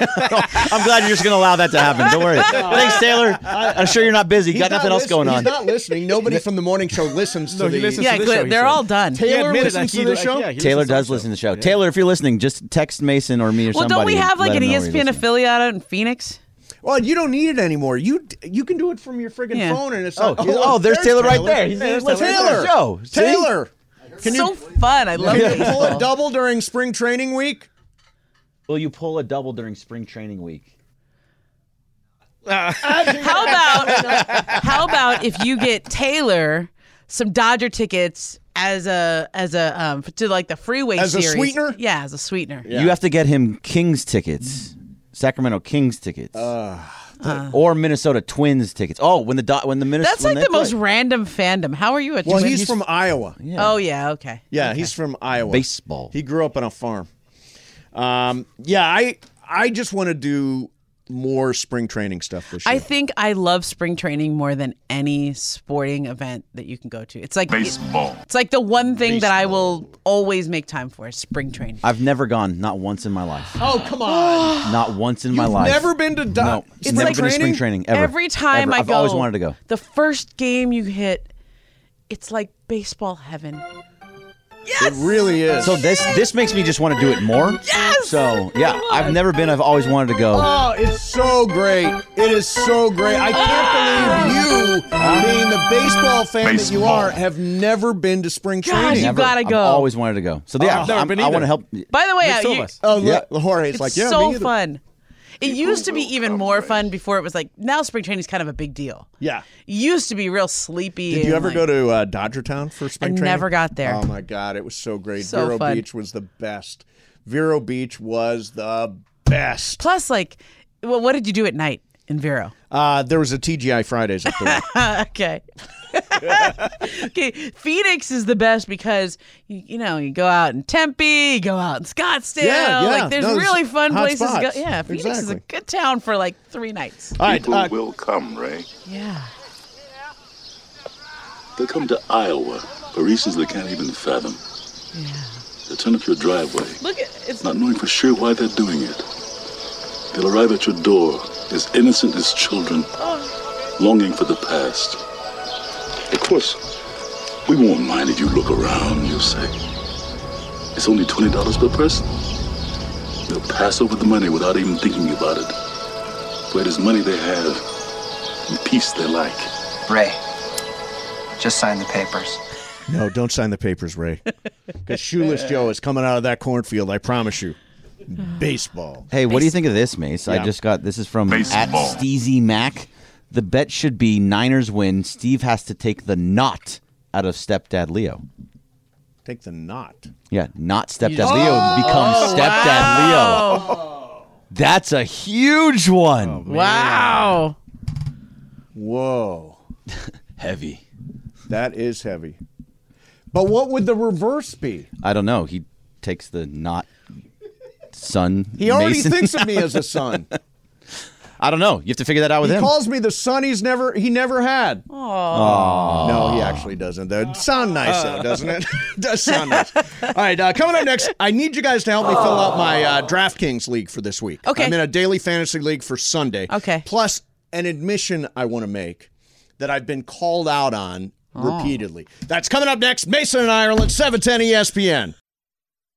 Speaker 3: I'm glad you're just going to allow that to happen. Don't
Speaker 1: *laughs*
Speaker 3: worry. Thanks, Taylor. I'm sure you're not busy. You
Speaker 1: He's
Speaker 3: got nothing
Speaker 1: not
Speaker 3: else going
Speaker 1: listen-
Speaker 3: on.
Speaker 1: He's not listening. Nobody from the morning show listens
Speaker 4: No,
Speaker 1: to
Speaker 4: he
Speaker 1: the.
Speaker 4: listens
Speaker 2: yeah,
Speaker 4: to this
Speaker 2: good.
Speaker 4: show, he
Speaker 2: They're
Speaker 4: said.
Speaker 2: all done.
Speaker 4: He
Speaker 1: Taylor
Speaker 4: admitted
Speaker 1: listens
Speaker 4: that
Speaker 1: to
Speaker 4: he
Speaker 1: the
Speaker 4: li-
Speaker 1: show?
Speaker 4: yeah, he
Speaker 3: Taylor
Speaker 4: listens
Speaker 3: does
Speaker 4: to
Speaker 3: listen to the
Speaker 4: show.
Speaker 3: show. Taylor, if you're listening, just text Mason or me or
Speaker 2: Well,
Speaker 3: somebody.
Speaker 2: don't we have like
Speaker 3: Let
Speaker 2: an E
Speaker 3: him know you're
Speaker 1: E
Speaker 2: ESPN
Speaker 3: listening.
Speaker 2: affiliate out in Phoenix?
Speaker 1: Well, you don't need it anymore. You d- you can do it from your friggin'
Speaker 2: Yeah.
Speaker 1: phone, and it's
Speaker 3: Oh,
Speaker 1: not-
Speaker 3: he's- oh, there's Taylor right there. He's-
Speaker 1: There's
Speaker 3: he's listening to the show. See?
Speaker 1: Taylor, can
Speaker 2: so
Speaker 1: you
Speaker 2: fun. I love
Speaker 1: can you pull a
Speaker 2: baseball.
Speaker 1: double during spring training week?
Speaker 3: Will you pull a double during spring training week?
Speaker 2: *laughs* How about how about if you get Taylor some Dodger tickets as a as a um to like the freeway
Speaker 1: As a
Speaker 2: series.
Speaker 1: sweetener?
Speaker 2: Yeah, as a sweetener.
Speaker 3: You have to get him Kings tickets, Sacramento Kings tickets, Uh, or Minnesota Twins tickets. Oh, when the Do- when the Minnesota
Speaker 2: Uh. That's like the most random fandom. How are you at
Speaker 1: Well, he's, from Iowa. Yeah,
Speaker 2: Oh yeah, okay.
Speaker 1: he's from Iowa.
Speaker 3: baseball.
Speaker 1: He grew up on a farm. Um, yeah, I I just want to do more spring training stuff this year.
Speaker 2: I think I love spring training more than any sporting event that you can go to. It's like baseball. It's like the one thing that I will always make time for is spring training.
Speaker 3: I've never gone, not once in my life,
Speaker 1: oh come on!
Speaker 3: not once in *sighs* my
Speaker 1: You've
Speaker 3: life.
Speaker 1: never been to Do-
Speaker 3: No,
Speaker 1: spring
Speaker 3: never been to
Speaker 1: training?
Speaker 3: spring training ever.
Speaker 2: Every time
Speaker 3: Ever.
Speaker 2: I
Speaker 3: I've
Speaker 2: go,
Speaker 3: always wanted to go.
Speaker 2: The first game you hit, it's like baseball heaven.
Speaker 1: It really is.
Speaker 3: So this this makes me just want to do it more.
Speaker 2: Yes!
Speaker 3: So yeah,
Speaker 2: Come on.
Speaker 3: I've never been. I've always wanted to go.
Speaker 1: Oh, it's so great. It is so great. I can't believe you,
Speaker 2: Ah.
Speaker 1: being the baseball fan that you are, have never been to spring
Speaker 2: Gosh,
Speaker 1: training.
Speaker 2: you
Speaker 3: never.
Speaker 2: gotta
Speaker 3: I've
Speaker 2: go.
Speaker 3: always wanted to go. So yeah,
Speaker 4: I've never
Speaker 3: I'm-
Speaker 4: been
Speaker 3: I want
Speaker 4: either.
Speaker 3: to help.
Speaker 2: By the way, I,
Speaker 4: Two
Speaker 2: you-
Speaker 4: of us.
Speaker 1: Oh,
Speaker 3: Yeah.
Speaker 1: look, Jorge's
Speaker 2: it's
Speaker 1: like, yeah,
Speaker 2: so
Speaker 1: me either.
Speaker 2: fun. It used to be even more fun before it was like now spring training is kind of a big deal.
Speaker 1: Yeah.
Speaker 2: It used to be real sleepy.
Speaker 1: Did you ever go to uh, Dodger Town for spring
Speaker 2: I
Speaker 1: training?
Speaker 2: never got there.
Speaker 1: Oh my God, it was so great.
Speaker 2: So
Speaker 1: Vero
Speaker 2: fun.
Speaker 1: Beach was the best. Vero Beach was the best.
Speaker 2: Plus, like, well, what did you do at night *laughs* in Vero?
Speaker 1: Uh, there was a TGI Fridays up
Speaker 2: *laughs*
Speaker 1: there.
Speaker 2: okay. okay. Phoenix is the best because you, you know you go out in Tempe, you go out in Scottsdale.
Speaker 1: Yeah, yeah.
Speaker 2: Like there's
Speaker 1: No, there's
Speaker 2: really fun
Speaker 1: hot
Speaker 2: places. To go.
Speaker 1: spots.
Speaker 2: Yeah, Phoenix is a
Speaker 1: Exactly.
Speaker 2: good town for like three nights.
Speaker 1: All right,
Speaker 7: People
Speaker 1: uh,
Speaker 7: will come, Ray.
Speaker 2: Yeah.
Speaker 7: They come to Iowa for reasons they can't even fathom.
Speaker 2: Yeah.
Speaker 7: They turn up your driveway,
Speaker 2: Look at it's
Speaker 7: not knowing for sure why they're doing it. They'll arrive at your door as innocent as children, longing for the past. Of course, we won't mind if you look around, you'll say. It's only $20 per person. They'll pass over the money without even thinking about it. For it is money they have and peace they lack.
Speaker 8: Ray, just sign the papers.
Speaker 1: No, don't sign the papers, Ray. Because Shoeless Joe is coming out of that cornfield, I promise you. Baseball.
Speaker 3: Hey, what do you think of this, Mace?
Speaker 1: Yeah.
Speaker 3: I just got this is from at
Speaker 7: Baseball.
Speaker 3: Steezy Mac. The bet should be Niners win. Steve has to take the knot out of stepdad Leo.
Speaker 1: Take the knot.
Speaker 3: Yeah, not stepdad Leo becomes stepdad Leo.
Speaker 2: Oh,
Speaker 3: That's a huge one.
Speaker 2: Wow.
Speaker 1: Whoa.
Speaker 3: *laughs* Heavy.
Speaker 1: That is heavy. But what would the reverse be?
Speaker 3: I don't know. He takes the knot son.
Speaker 1: He already
Speaker 3: Mason.
Speaker 1: thinks of me
Speaker 3: *laughs*
Speaker 1: as a son.
Speaker 3: I don't know. You have to figure that out Oh, with
Speaker 1: He
Speaker 3: him.
Speaker 1: calls me the son he's never he never had. Oh no, he actually doesn't. That sound nice
Speaker 2: Uh.
Speaker 1: though, doesn't it? *laughs* Does
Speaker 2: *laughs*
Speaker 1: sound nice. All right, uh, coming up next, I need you guys to help me fill out my uh, DraftKings league for this week.
Speaker 2: Okay.
Speaker 1: I'm in a daily fantasy league for Sunday.
Speaker 2: Okay.
Speaker 1: Plus an admission I want to make that I've been called out on
Speaker 2: Oh.
Speaker 1: repeatedly. That's coming up next. Mason and Ireland, E 710 ESPN.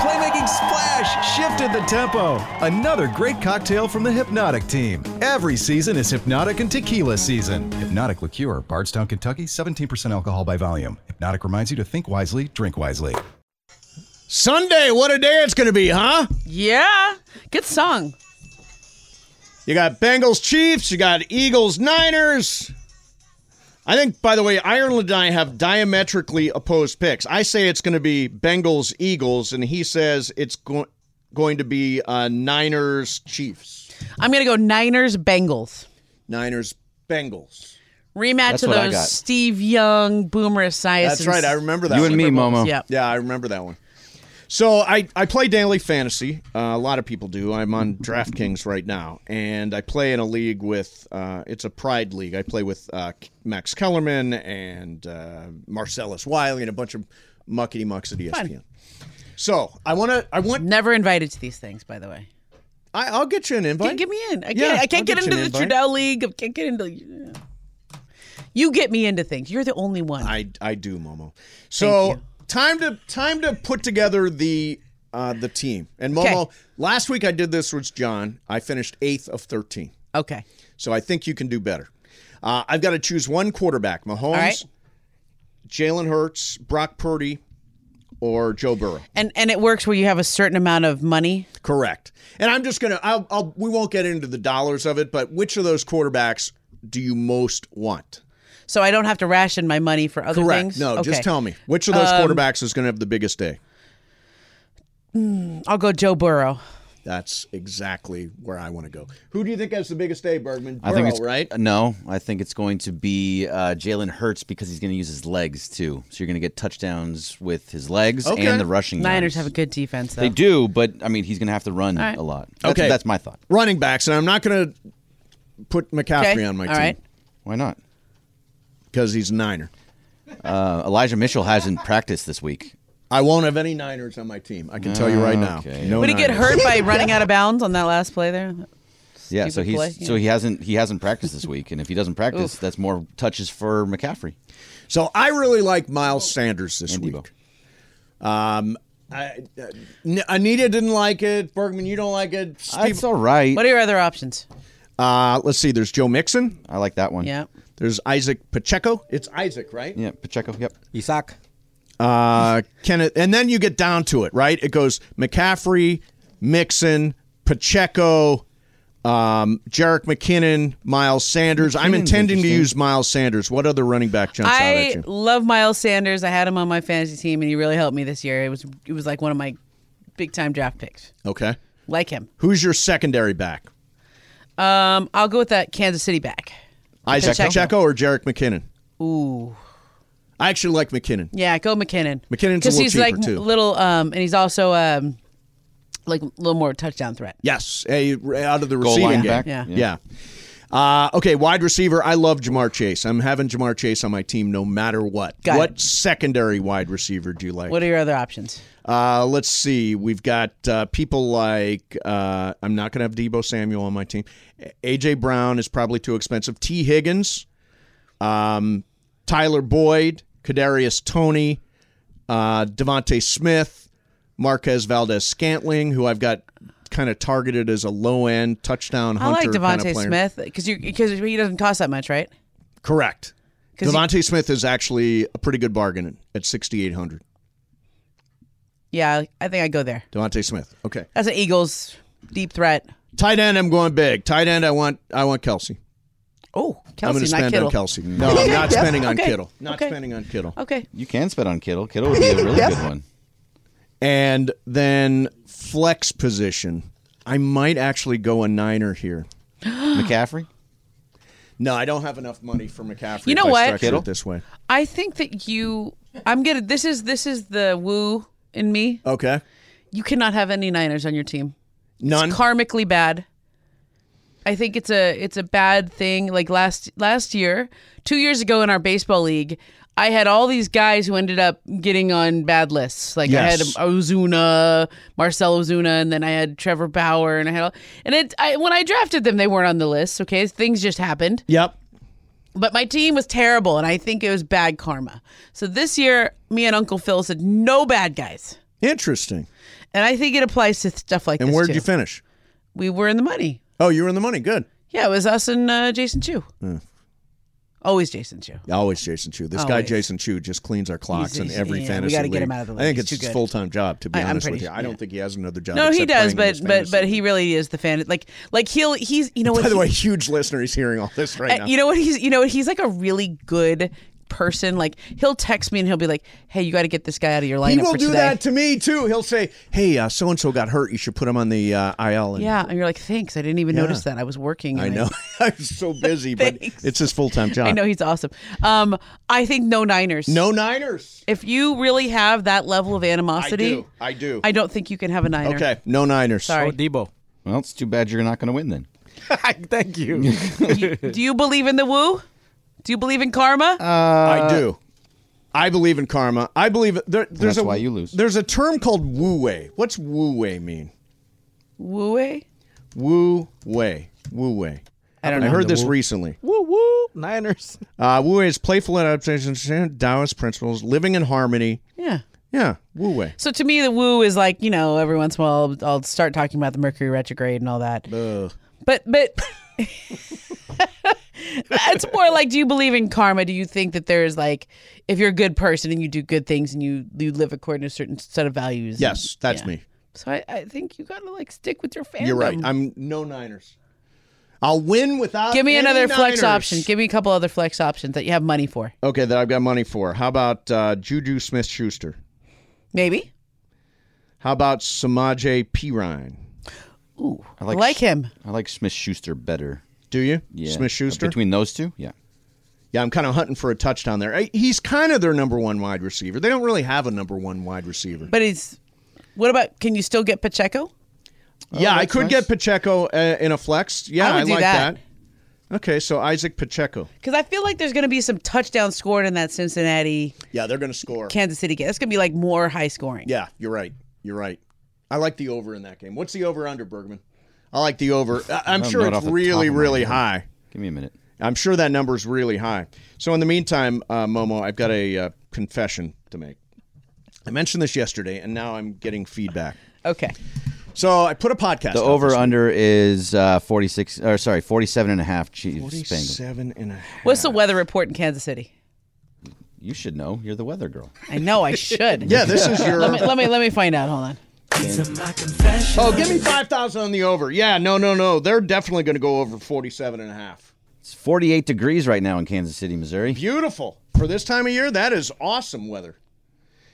Speaker 6: playmaking splash shifted the tempo. Another great cocktail from the Hypnotic team. Every season is Hypnotic and Tequila season. Hypnotic Liqueur, Bardstown, Kentucky, 17% alcohol by volume. Hypnotic reminds you to think wisely, drink wisely.
Speaker 1: Sunday, what a day it's going to be, huh?
Speaker 2: Yeah. Good song.
Speaker 1: You got Bengals Chiefs, you got Eagles Niners. I think, by the way, Ireland and I have diametrically opposed picks. I say it's going to be Bengals Eagles, and he says it's go- going to be uh, Niners Chiefs.
Speaker 2: I'm going to go Niners Bengals.
Speaker 1: Niners Bengals.
Speaker 2: Rematch
Speaker 3: That's
Speaker 2: of
Speaker 3: what I
Speaker 2: those
Speaker 3: got.
Speaker 2: Steve Young, Boomer Esiason.
Speaker 1: That's right. I remember that.
Speaker 3: you
Speaker 1: one.
Speaker 3: and me, Momo.
Speaker 2: Yeah.
Speaker 1: Yeah, I remember that one. So I, I play daily fantasy. Uh, a lot of people do. I'm on DraftKings right now, and I play in a league with uh, it's a Pride league. I play with uh, Max Kellerman and uh, Marcellus Wiley and a bunch of muckety mucks at E ESPN. So I want to. I want.
Speaker 2: Never invited to these things, by the way.
Speaker 1: I, I'll get you an invite.
Speaker 2: Can't get me in. I can't.
Speaker 1: Yeah,
Speaker 2: I
Speaker 1: I'll
Speaker 2: can't get,
Speaker 1: get you
Speaker 2: into
Speaker 1: an
Speaker 2: the
Speaker 1: invite.
Speaker 2: Trudell League. I can't get into. You get me into things. You're the only one.
Speaker 1: I I do, Momo. So time to time to put together the uh, the team. And Momo,
Speaker 2: Okay.
Speaker 1: last week I did this with John. I finished eighth of thirteen.
Speaker 2: okay.
Speaker 1: So I think you can do better. Uh, I've got to choose one quarterback: Mahomes,
Speaker 2: right.
Speaker 1: Jalen Hurts, Brock Purdy, or Joe Burrow.
Speaker 2: And and it works where you have a certain amount of money.
Speaker 1: Correct. And I'm just gonna. I'll, I'll. We won't get into the dollars of it, but which of those quarterbacks do you most want?
Speaker 2: So I don't have to ration my money for other things.
Speaker 1: No,
Speaker 2: Okay. Um,
Speaker 1: just tell me which of those quarterbacks is going to have the biggest day.
Speaker 2: I'll go Joe Burrow.
Speaker 1: That's exactly where I want to go. Who do you think has the biggest day, Bergman?
Speaker 3: I think
Speaker 1: Burrow,
Speaker 3: it's
Speaker 1: right.
Speaker 3: No, I think it's going to be uh, Jalen Hurts because he's going to use his legs too. So you're going to get touchdowns with his legs
Speaker 1: Okay.
Speaker 3: and the rushing. yards.
Speaker 2: Niners have a good defense though.
Speaker 3: They do, but I mean, he's going to have to run a lot. That's,
Speaker 1: Okay.
Speaker 3: that's my thought.
Speaker 1: Running backs, and I'm not going to put McCaffrey
Speaker 2: Okay.
Speaker 1: on my
Speaker 2: All
Speaker 1: team
Speaker 2: right.
Speaker 3: Why not?
Speaker 1: because he's a Niner.
Speaker 3: Uh, Elijah Mitchell hasn't practiced this week.
Speaker 1: I won't have any Niners on my team. I can tell you right now.
Speaker 3: Okay.
Speaker 1: No
Speaker 2: Would he get
Speaker 1: Niners.
Speaker 2: *laughs* hurt
Speaker 1: *laughs*
Speaker 2: by running out of bounds on that last play there?
Speaker 3: Yeah, so
Speaker 2: Stupid
Speaker 3: he's
Speaker 2: play,
Speaker 3: so
Speaker 2: yeah.
Speaker 3: he hasn't he hasn't practiced this week, and if he
Speaker 2: *laughs*
Speaker 3: doesn't practice, that's more touches for McCaffrey.
Speaker 1: So I really like Miles Sanders this
Speaker 3: And Debo.
Speaker 1: week. Um, I, uh, N- Anita didn't like it. Bergman, you don't like it. Steve,
Speaker 3: That's all right.
Speaker 2: What are your other options?
Speaker 1: uh, let's see. There's Joe Mixon.
Speaker 3: I like that one.
Speaker 2: Yeah.
Speaker 1: There's Isaac Pacheco. It's Isaac, right?
Speaker 3: yeah. Pacheco. Yep.
Speaker 4: Isaac.
Speaker 1: Uh, Kenneth, and then you get down to it, right? It goes McCaffrey, Mixon, Pacheco, Um, Jarek McKinnon, Miles Sanders. I'm
Speaker 2: McKinnon's
Speaker 1: intending to
Speaker 2: interesting.
Speaker 1: use Miles Sanders. What other running back jumps out at
Speaker 2: I
Speaker 1: you?
Speaker 2: love Miles Sanders. I had him on my fantasy team, and he really helped me this year. It was it was like one of my big time draft picks.
Speaker 1: Okay.
Speaker 2: Like him.
Speaker 1: Who's your secondary back?
Speaker 2: Um, I'll go with that Kansas City back.
Speaker 1: Isaac
Speaker 2: Pacheco.
Speaker 1: Pacheco or Jarek McKinnon?
Speaker 2: Ooh,
Speaker 1: I actually like McKinnon.
Speaker 2: yeah, go McKinnon.
Speaker 1: McKinnon's a
Speaker 2: because
Speaker 1: little
Speaker 2: he's
Speaker 1: cheaper,
Speaker 2: like
Speaker 1: too.
Speaker 2: little, um, and he's also um, like a little more touchdown threat.
Speaker 1: Yes, a, out of the
Speaker 3: Goal
Speaker 1: receiving
Speaker 3: line
Speaker 1: game.
Speaker 3: back?
Speaker 2: Yeah.
Speaker 1: yeah. Uh, okay, wide receiver. I love Jamar Chase. I'm having Jamar Chase on my team no matter what.
Speaker 2: Got
Speaker 1: what
Speaker 2: it.
Speaker 1: secondary wide receiver do you like?
Speaker 2: What are your other options?
Speaker 1: Uh, let's see. We've got uh, people like uh, I'm not going to have Debo Samuel on my team. A- AJ Brown is probably too expensive. T Higgins, um, Tyler Boyd, Kadarius Tony, uh, Devonte Smith, Marquez Valdez Scantling, who I've got kind of targeted as a low end touchdown
Speaker 2: I
Speaker 1: hunter.
Speaker 2: like
Speaker 1: kinda
Speaker 2: Devonte
Speaker 1: player.
Speaker 2: Smith because you because he doesn't cost that much, right?
Speaker 1: Correct.
Speaker 2: 'Cause he-
Speaker 1: Devonte Smith is actually a pretty good bargain at 6,800.
Speaker 2: Yeah, I think I go there.
Speaker 1: Devonte Smith. Okay.
Speaker 2: That's an Eagles deep threat.
Speaker 1: Tight end, I'm going big. Tight end, I want I want Kelsey.
Speaker 2: Oh,
Speaker 1: I'm going
Speaker 2: Kelsey,
Speaker 1: to
Speaker 2: not
Speaker 1: spend
Speaker 2: Kittle. *laughs*
Speaker 1: on Kelsey. No, I'm not spending on
Speaker 2: Okay.
Speaker 1: Kittle. Not
Speaker 2: Okay.
Speaker 1: spending on Kittle.
Speaker 2: Okay,
Speaker 3: You can spend on Kittle. Kittle would be a really good one.
Speaker 1: And then flex position. I might actually go a niner here.
Speaker 3: *gasps* McCaffrey.
Speaker 1: No, I don't have enough money for McCaffrey.
Speaker 2: You
Speaker 1: if
Speaker 2: know
Speaker 1: I
Speaker 2: what?
Speaker 1: structure
Speaker 3: Kittle?
Speaker 1: It this way.
Speaker 2: I think that you. I'm gonna. This is this is the woo in me.
Speaker 1: Okay.
Speaker 2: You cannot have any Niners on your team.
Speaker 1: None.
Speaker 2: It's karmically bad. I think it's a it's a bad thing. Like last last year, two years ago in our baseball league, I had all these guys who ended up getting on bad lists. Like
Speaker 1: Yes.
Speaker 2: I had Ozuna, Marcel Ozuna, and then I had Trevor Bauer, and I had all. And it I, when I drafted them, they weren't on the list. Okay, things just happened
Speaker 1: yep.
Speaker 2: but my team was terrible and I think it was bad karma. So this year, me and Uncle Phil said no bad guys.
Speaker 1: Interesting. And
Speaker 2: And I think it applies to stuff like this.
Speaker 1: where
Speaker 2: too.
Speaker 1: did you finish?
Speaker 2: We were in the money.
Speaker 1: Oh, you were in the money. Good.
Speaker 2: Yeah, it was us and uh, Jason Chu.
Speaker 1: Mm.
Speaker 2: Always Jason Chu.
Speaker 1: Always Jason Chu. This guy
Speaker 2: Always.
Speaker 1: Jason Chu just cleans our clocks
Speaker 2: He's-
Speaker 1: in
Speaker 2: he's-
Speaker 1: every
Speaker 2: yeah, we
Speaker 1: fantasy
Speaker 2: gotta get
Speaker 1: league.
Speaker 2: him out of the
Speaker 1: I think
Speaker 2: league.
Speaker 1: it's
Speaker 2: He's too
Speaker 1: his
Speaker 2: good.
Speaker 1: full time job. To be
Speaker 2: I- I'm
Speaker 1: honest with
Speaker 2: pretty
Speaker 1: you,
Speaker 2: sure,
Speaker 1: I don't
Speaker 2: yeah.
Speaker 1: think he has another job.
Speaker 2: No, he
Speaker 1: except
Speaker 2: does,
Speaker 1: playing in
Speaker 2: but
Speaker 1: this
Speaker 2: but
Speaker 1: fantasy
Speaker 2: but
Speaker 1: league.
Speaker 2: he really is the fan. Like like he'll he's you know what
Speaker 1: By the
Speaker 2: he-
Speaker 1: way, huge listener is hearing all this right now.
Speaker 2: Uh, You know what he's you know what he's like a really good person. Like he'll text me and he'll be like, "Hey, you got to get this guy out of your lineup
Speaker 1: he will
Speaker 2: for
Speaker 1: do
Speaker 2: today."
Speaker 1: that to me too. He'll say, "Hey, uh, so and so got hurt. You should put him on the uh, IL." And
Speaker 2: yeah, and you're like, "Thanks, I didn't even notice that. I was working."
Speaker 1: I
Speaker 2: and
Speaker 1: know. *laughs* I'm so
Speaker 2: *laughs*
Speaker 1: busy, but
Speaker 2: Thanks.
Speaker 1: it's his full time job.
Speaker 2: I know he's awesome. Um, I think no Niners.
Speaker 1: No Niners.
Speaker 2: If you really have that level of
Speaker 1: I
Speaker 2: animosity,
Speaker 1: do. I do.
Speaker 2: I don't think you can have a Niner.
Speaker 1: okay. No Niners.
Speaker 4: Oh,
Speaker 2: Sorry.
Speaker 4: Debo.
Speaker 3: Well, it's too bad you're not going to win then.
Speaker 4: Thank you.
Speaker 2: Do you believe in the woo? Do you believe in karma?
Speaker 1: I do. I believe in karma. I believe there, there's
Speaker 3: that's
Speaker 1: a
Speaker 3: why you lose.
Speaker 1: There's a term called wu wei. What's wu wei mean?
Speaker 2: woo eh?
Speaker 1: Wu wei. Wu wei.
Speaker 2: I don't
Speaker 1: I
Speaker 2: know.
Speaker 1: heard this recently.
Speaker 4: woo woo.
Speaker 1: *laughs*
Speaker 4: Niners.
Speaker 1: Uh, wu wei is playful adaptations, Taoist principles, living in harmony.
Speaker 2: Yeah.
Speaker 1: Yeah, wu wei.
Speaker 2: So to me, the woo is like you know, every once in a while, I'll, I'll start talking about the Mercury retrograde and all that. But but *laughs* it's more like, do you believe in karma? Do you think that there is like, if you're a good person and you do good things and you you live according to a certain set of values?
Speaker 1: Yes, that's
Speaker 2: Yeah.
Speaker 1: me.
Speaker 2: So I, I think you gotta like stick with your fandom.
Speaker 1: You're right. I'm no Niners. I'll win without.
Speaker 2: Give me
Speaker 1: any
Speaker 2: another flex
Speaker 1: Niners.
Speaker 2: option. Give me a couple other flex options that you have money for.
Speaker 1: okay, that I've got money for. How about uh, Juju Smith Schuster?
Speaker 2: Maybe.
Speaker 1: How about Samaje Perine?
Speaker 2: Ooh, I like,
Speaker 3: Sch-
Speaker 2: him.
Speaker 3: I like Smith Schuster better.
Speaker 1: Do you?
Speaker 3: Yeah.
Speaker 1: Smith Schuster?
Speaker 3: Between those two, yeah.
Speaker 1: yeah, I'm kind of hunting for a touchdown there. I- He's kind of their number one wide receiver. They don't really have a number one wide receiver.
Speaker 2: But he's. What about? Can you still get Pacheco?
Speaker 1: yeah, I
Speaker 3: that's
Speaker 1: could
Speaker 3: nice.
Speaker 1: get Pacheco uh, in a flex. Yeah,
Speaker 2: Oh, I would do
Speaker 1: like
Speaker 2: that.
Speaker 1: Okay, so Isaac Pacheco.
Speaker 2: Because I feel like there's gonna be some touchdown scored in that Cincinnati
Speaker 1: Yeah, they're going to score.
Speaker 2: Kansas City game. That's gonna be like more high scoring.
Speaker 1: Yeah, you're right. You're right. I like the over in that game. What's the over under, Bergman? I like the over. I- I'm
Speaker 3: I'm
Speaker 1: sure
Speaker 3: not
Speaker 1: it's
Speaker 3: off the
Speaker 1: really,
Speaker 3: top of my
Speaker 1: really
Speaker 3: head.
Speaker 1: high.
Speaker 3: Give me a minute.
Speaker 1: I'm sure that number's really high. So in the meantime, uh, Momo, I've got a uh, confession to make. I mentioned this yesterday, and now I'm getting feedback.
Speaker 2: Okay.
Speaker 1: So I put a podcast.
Speaker 3: The
Speaker 1: out
Speaker 3: over
Speaker 1: this week.
Speaker 3: under is uh, 46 or sorry, 47 and a half Chiefs Bengals.
Speaker 1: forty-seven and a half.
Speaker 2: What's the weather report in Kansas City?
Speaker 3: You should know. You're the weather girl.
Speaker 1: *laughs*
Speaker 2: I know I should.
Speaker 1: Yeah, this is your.
Speaker 2: *laughs* Let me, let me let me find out. Hold on.
Speaker 1: Oh, give me 5,000 on the over. Yeah, no, no, no. They're definitely going to go over 47 and a half.
Speaker 3: It's 48 degrees right now in Kansas City, Missouri.
Speaker 1: Beautiful. For this time of year, that is awesome weather.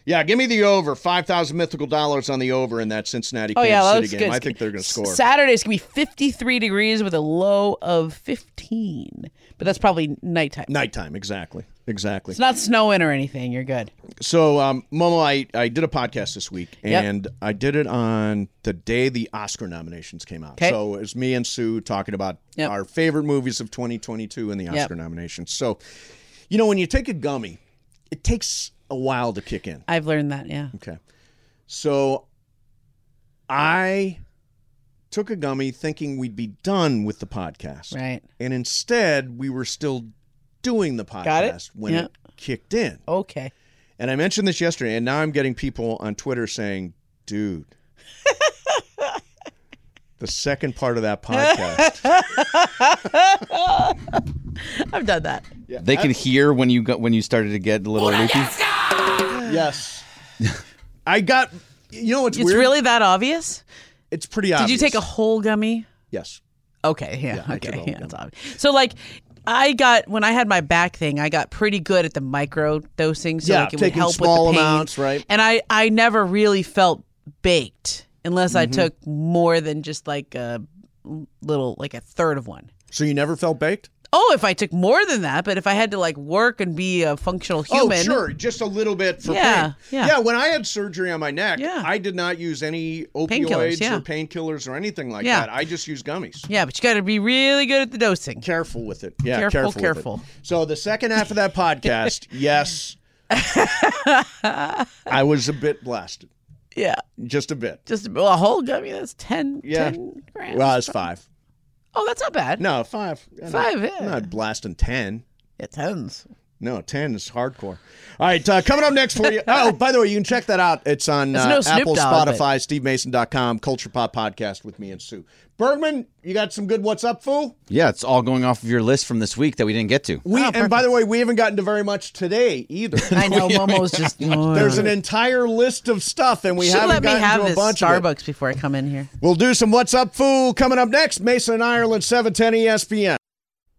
Speaker 1: Yeah, give me the over. 5,000 mythical dollars on the over in that Cincinnati
Speaker 2: Oh
Speaker 1: Kansas
Speaker 2: yeah,
Speaker 1: City
Speaker 2: that's
Speaker 1: game.
Speaker 2: good.
Speaker 1: I think they're going to score.
Speaker 2: Saturday's gonna be 53 degrees with a low of 15, but that's probably nighttime.
Speaker 1: Nighttime, exactly. Exactly.
Speaker 2: It's not snowing or anything. You're good.
Speaker 1: So, um, Momo, I, I did a podcast this week,
Speaker 2: Yep.
Speaker 1: and I did it on the day the Oscar nominations came out.
Speaker 2: 'Kay.
Speaker 1: So, it's me and Sue talking about
Speaker 2: Yep.
Speaker 1: our favorite movies of 2022 and the
Speaker 2: Yep.
Speaker 1: Oscar nominations. So, you know, when you take a gummy, it takes a while to kick in.
Speaker 2: I've learned that. Yeah.
Speaker 1: Okay. So, I took a gummy thinking we'd be done with the podcast.
Speaker 2: Right.
Speaker 1: And instead, we were still doing the podcast
Speaker 2: Got it?
Speaker 1: when
Speaker 2: Yep.
Speaker 1: it kicked in.
Speaker 2: Okay.
Speaker 1: And I mentioned this yesterday, and now I'm getting people on Twitter saying,
Speaker 2: *laughs*
Speaker 1: dude, the second part of
Speaker 2: *laughs*
Speaker 1: that podcast.
Speaker 2: I've done that.
Speaker 3: They could hear when you got when you started to get a little loopy.
Speaker 1: yes. I got, you know, it's,
Speaker 2: It's
Speaker 1: weird.
Speaker 2: really that obvious.
Speaker 1: it's pretty
Speaker 2: Did
Speaker 1: obvious.
Speaker 2: you take a whole gummy?
Speaker 1: Yes.
Speaker 2: Okay, yeah,
Speaker 1: I took
Speaker 2: okay, *laughs*
Speaker 1: all
Speaker 2: yeah,
Speaker 1: of
Speaker 2: that's obvious. So like, I got when I had my back thing, I got pretty good at the micro dosing, so
Speaker 1: Yeah,
Speaker 2: like it would
Speaker 1: taking
Speaker 2: help
Speaker 1: small
Speaker 2: with the pain.
Speaker 1: amounts, right.
Speaker 2: And I I never really felt baked unless
Speaker 1: Mm-hmm.
Speaker 2: I took more than just like a little like a third of one.
Speaker 1: So you never felt baked?
Speaker 2: Oh, if I took more than that, but if I had to like work and be a functional human,
Speaker 1: Oh, sure. Just a little bit for
Speaker 2: Yeah,
Speaker 1: pain.
Speaker 2: yeah.
Speaker 1: when I had surgery on my neck,
Speaker 2: Yeah.
Speaker 1: I did not use any
Speaker 2: Painkillers,
Speaker 1: opioids
Speaker 2: yeah.
Speaker 1: or painkillers or anything like
Speaker 2: Yeah.
Speaker 1: that. I just used gummies.
Speaker 2: yeah, but you got to be really good at the dosing.
Speaker 1: careful with it. Yeah,
Speaker 2: Careful,
Speaker 1: careful, with it.
Speaker 2: careful.
Speaker 1: So the second half
Speaker 2: *laughs*
Speaker 1: of that podcast, yes, I was a bit blasted,
Speaker 2: Yeah,
Speaker 1: just a bit.
Speaker 2: just well, a whole gummy that's 10,
Speaker 1: Yeah.
Speaker 2: 10 grams.
Speaker 1: Well, it's five.
Speaker 2: oh, that's not bad.
Speaker 1: No, five. I'm
Speaker 2: Five,
Speaker 1: Not,
Speaker 2: yeah.
Speaker 1: I'm not blasting ten.
Speaker 2: it tens.
Speaker 1: No, ten is hardcore. All right, uh, coming up
Speaker 2: *laughs*
Speaker 1: next for you. Oh, by the way, you can check that out. It's on
Speaker 2: There's
Speaker 1: uh,
Speaker 2: no Snoop
Speaker 1: Apple,
Speaker 2: Dogg, but-
Speaker 1: Spotify, SteveMason.com, Culture Pop Podcast with me and Sue Bergman. You got some good "What's Up, Fool."
Speaker 3: Yeah, it's all going off of your list from this week that we didn't get to.
Speaker 1: We and by the way, we haven't gotten to very much today either.
Speaker 2: Oh, *laughs* I know Momo's
Speaker 1: *laughs*
Speaker 2: just.
Speaker 1: There's an entire list of stuff, and we
Speaker 2: should
Speaker 1: haven't
Speaker 2: let me
Speaker 1: gotten
Speaker 2: have
Speaker 1: to a
Speaker 2: this
Speaker 1: bunch of it.
Speaker 2: Starbucks before I come in here.
Speaker 1: We'll do some What's Up Fool coming up next. Mason and Ireland, 710 ESPN.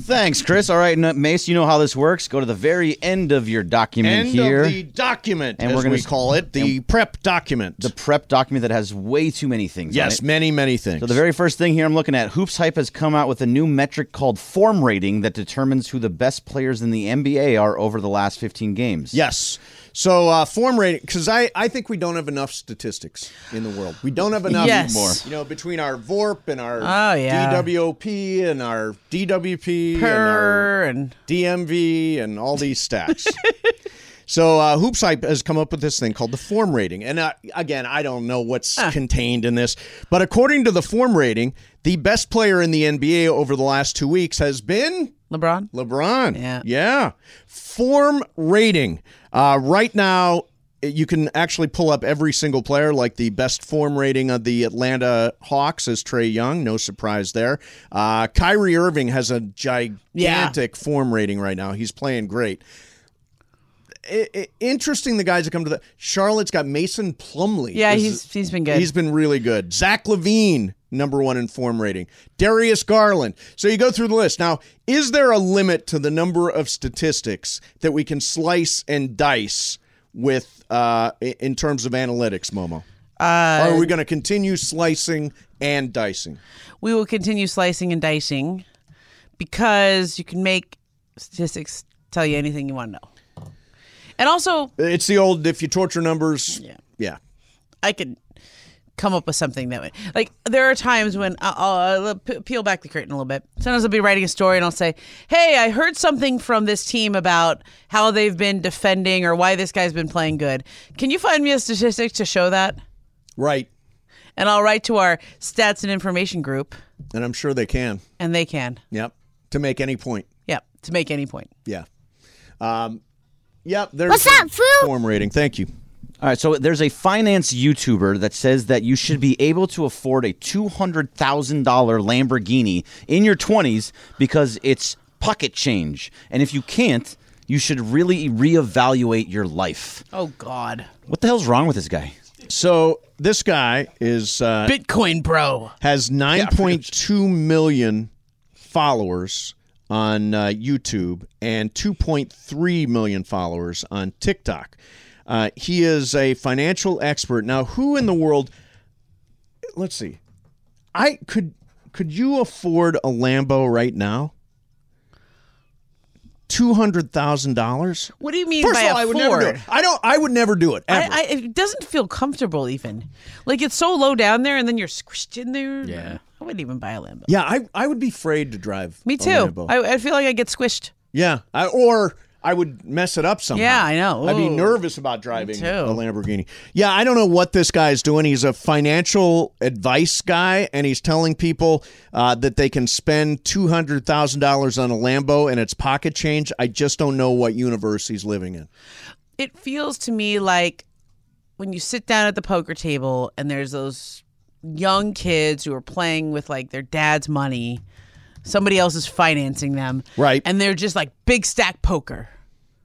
Speaker 3: Thanks, Chris. All right, n- Mace, you know how this works. Go to the very end of your document
Speaker 1: End
Speaker 3: here.
Speaker 1: of the document,
Speaker 3: And
Speaker 1: as
Speaker 3: we're gonna
Speaker 1: we
Speaker 3: s-
Speaker 1: call it, the prep document.
Speaker 3: the prep document that has way too many things. on
Speaker 1: yes,
Speaker 3: it.
Speaker 1: many, many things.
Speaker 3: So the very first thing here I'm looking at, Hoops Hype has come out with a new metric called form rating that determines who the best players in the NBA are over the last 15 games.
Speaker 1: yes. So uh, form rating, because I, I think we don't have enough statistics in the world. We don't have enough
Speaker 2: Yes. More.
Speaker 1: You know, between our VORP and our
Speaker 2: Oh, yeah.
Speaker 1: DWOP and our DWP and our
Speaker 2: Purr and
Speaker 1: DMV and all these
Speaker 2: *laughs*
Speaker 1: stats. so uh, Hoops Hype has come up with this thing called the form rating, and uh, again, I don't know what's contained in this, but according to the form rating, the best player in the NBA over the last two weeks has been
Speaker 2: LeBron.
Speaker 1: LeBron.
Speaker 2: Yeah.
Speaker 1: Yeah. Form rating. Uh, right now, you can actually pull up every single player, like the best form rating of the Atlanta Hawks is Trey Young. No surprise there. Uh, Kyrie Irving has a gigantic form rating right now. He's playing great. I- I- interesting, the guys that come to the Charlotte's got Mason Plumley.
Speaker 2: Yeah,
Speaker 1: is-
Speaker 2: he's he's been good.
Speaker 1: He's been really good. Zach Levine, number one in form rating. Darius Garland. So you go through the list. Now, is there a limit to the number of statistics that we can slice and dice with uh, i- in terms of analytics, Momo? Or are we going to continue slicing and dicing?
Speaker 2: we will continue slicing and dicing because you can make statistics tell you anything you want to know. And also,
Speaker 1: It's the old if you torture numbers. Yeah.
Speaker 2: I could come up with something that way. Like there are times when I'll, I'll p- peel back the curtain a little bit. Sometimes I'll be writing a story and I'll say, "Hey, I heard something from this team about how they've been defending or why this guy's been playing good. Can you find me a statistic to show that?"
Speaker 1: Right.
Speaker 2: And I'll write to our stats and information group,
Speaker 1: And I'm sure they can.
Speaker 2: and they can.
Speaker 1: Yep. To make any point.
Speaker 2: Yep, to make any point.
Speaker 1: Yeah. Um, yep. There's
Speaker 2: What's
Speaker 1: the
Speaker 2: up, fool?
Speaker 1: Form rating. Thank you.
Speaker 3: All right, so there's a finance YouTuber that says that you should be able to afford a $200,000 Lamborghini in your 20s because it's pocket change. And if you can't, you should really reevaluate your life.
Speaker 2: Oh God,
Speaker 3: What the hell's wrong with this guy?
Speaker 1: So this guy is uh,
Speaker 2: Bitcoin bro.
Speaker 1: has 9.2 million followers on uh, YouTube and 2.3 million followers on TikTok. Uh, he is a financial expert. Now, who in the world? Let's see. I could could you afford a Lambo right now? Two hundred thousand dollars.
Speaker 2: What do you mean
Speaker 1: First
Speaker 2: by
Speaker 1: of all, I would
Speaker 2: afford?
Speaker 1: never do it. I don't. I would never do it. Ever.
Speaker 2: I, I, it doesn't feel comfortable even. Like it's so low down there, and then you're squished in there. Yeah, I wouldn't even buy a Lambo.
Speaker 1: yeah, I, I would be afraid to drive.
Speaker 2: Me
Speaker 1: a
Speaker 2: too.
Speaker 1: Lambo.
Speaker 2: I, I feel like I get squished.
Speaker 1: Yeah, I, or I would mess it up somehow.
Speaker 2: Yeah, I know.
Speaker 1: I'd be
Speaker 2: Ooh.
Speaker 1: nervous about driving
Speaker 2: too.
Speaker 1: a Lamborghini. Yeah, I don't know what this guy is doing. He's a financial advice guy, and he's telling people uh, that they can spend two hundred thousand dollars on a Lambo and it's pocket change. I just don't know what universe he's living in.
Speaker 2: It feels to me like when you sit down at the poker table and there's those young kids who are playing with like their dad's money, somebody else is financing them,
Speaker 1: Right.
Speaker 2: And they're just like big stack poker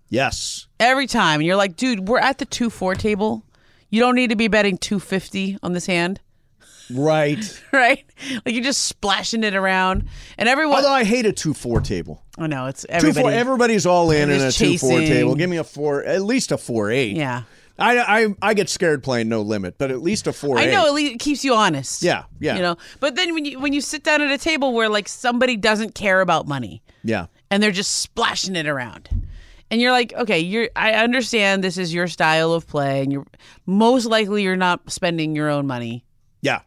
Speaker 1: Yes.
Speaker 2: every time, and you're like, dude, we're at the two four table. You don't need to be betting two fifty on this hand.
Speaker 1: Right.
Speaker 2: *laughs* right? Like you're just splashing it around, and everyone.
Speaker 1: Although I hate a two four table.
Speaker 2: I know it's
Speaker 1: Two four.
Speaker 2: everybody.
Speaker 1: Everybody's all in in a
Speaker 2: Everybody's
Speaker 1: two four
Speaker 2: chasing.
Speaker 1: table. Give me a four. At least a four eight.
Speaker 2: Yeah.
Speaker 1: I, I I get scared playing no limit, but at least a four.
Speaker 2: I
Speaker 1: eight.
Speaker 2: know at least it keeps you honest.
Speaker 1: Yeah, yeah.
Speaker 2: You know, but then when you when you sit down at a table where like somebody doesn't care about money
Speaker 1: Yeah.
Speaker 2: and they're just splashing it around. And you're like, okay, you're. I understand this is your style of play, and you're most likely you're not spending your own money,
Speaker 1: Yeah.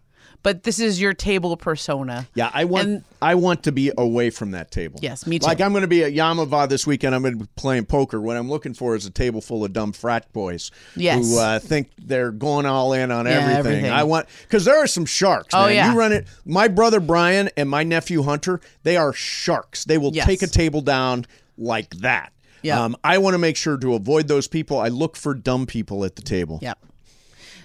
Speaker 2: but this is your table persona.
Speaker 1: Yeah, I want
Speaker 2: And-
Speaker 1: I want to be away from that table.
Speaker 2: Yes, me too.
Speaker 1: Like I'm going to be at Yamava this weekend. I'm going to be playing poker. What I'm looking for is a table full of dumb frat boys
Speaker 2: Yes.
Speaker 1: who uh, think they're going all in on
Speaker 2: Yeah,
Speaker 1: everything.
Speaker 2: everything.
Speaker 1: I want because there are some sharks.
Speaker 2: Oh,
Speaker 1: man.
Speaker 2: yeah.
Speaker 1: you run it. My brother Brian and my nephew Hunter, they are sharks. They will
Speaker 2: Yes.
Speaker 1: take a table down like that.
Speaker 2: Yeah.
Speaker 1: Um, I want to make sure to avoid those people. I look for dumb people at the table.
Speaker 2: Yep.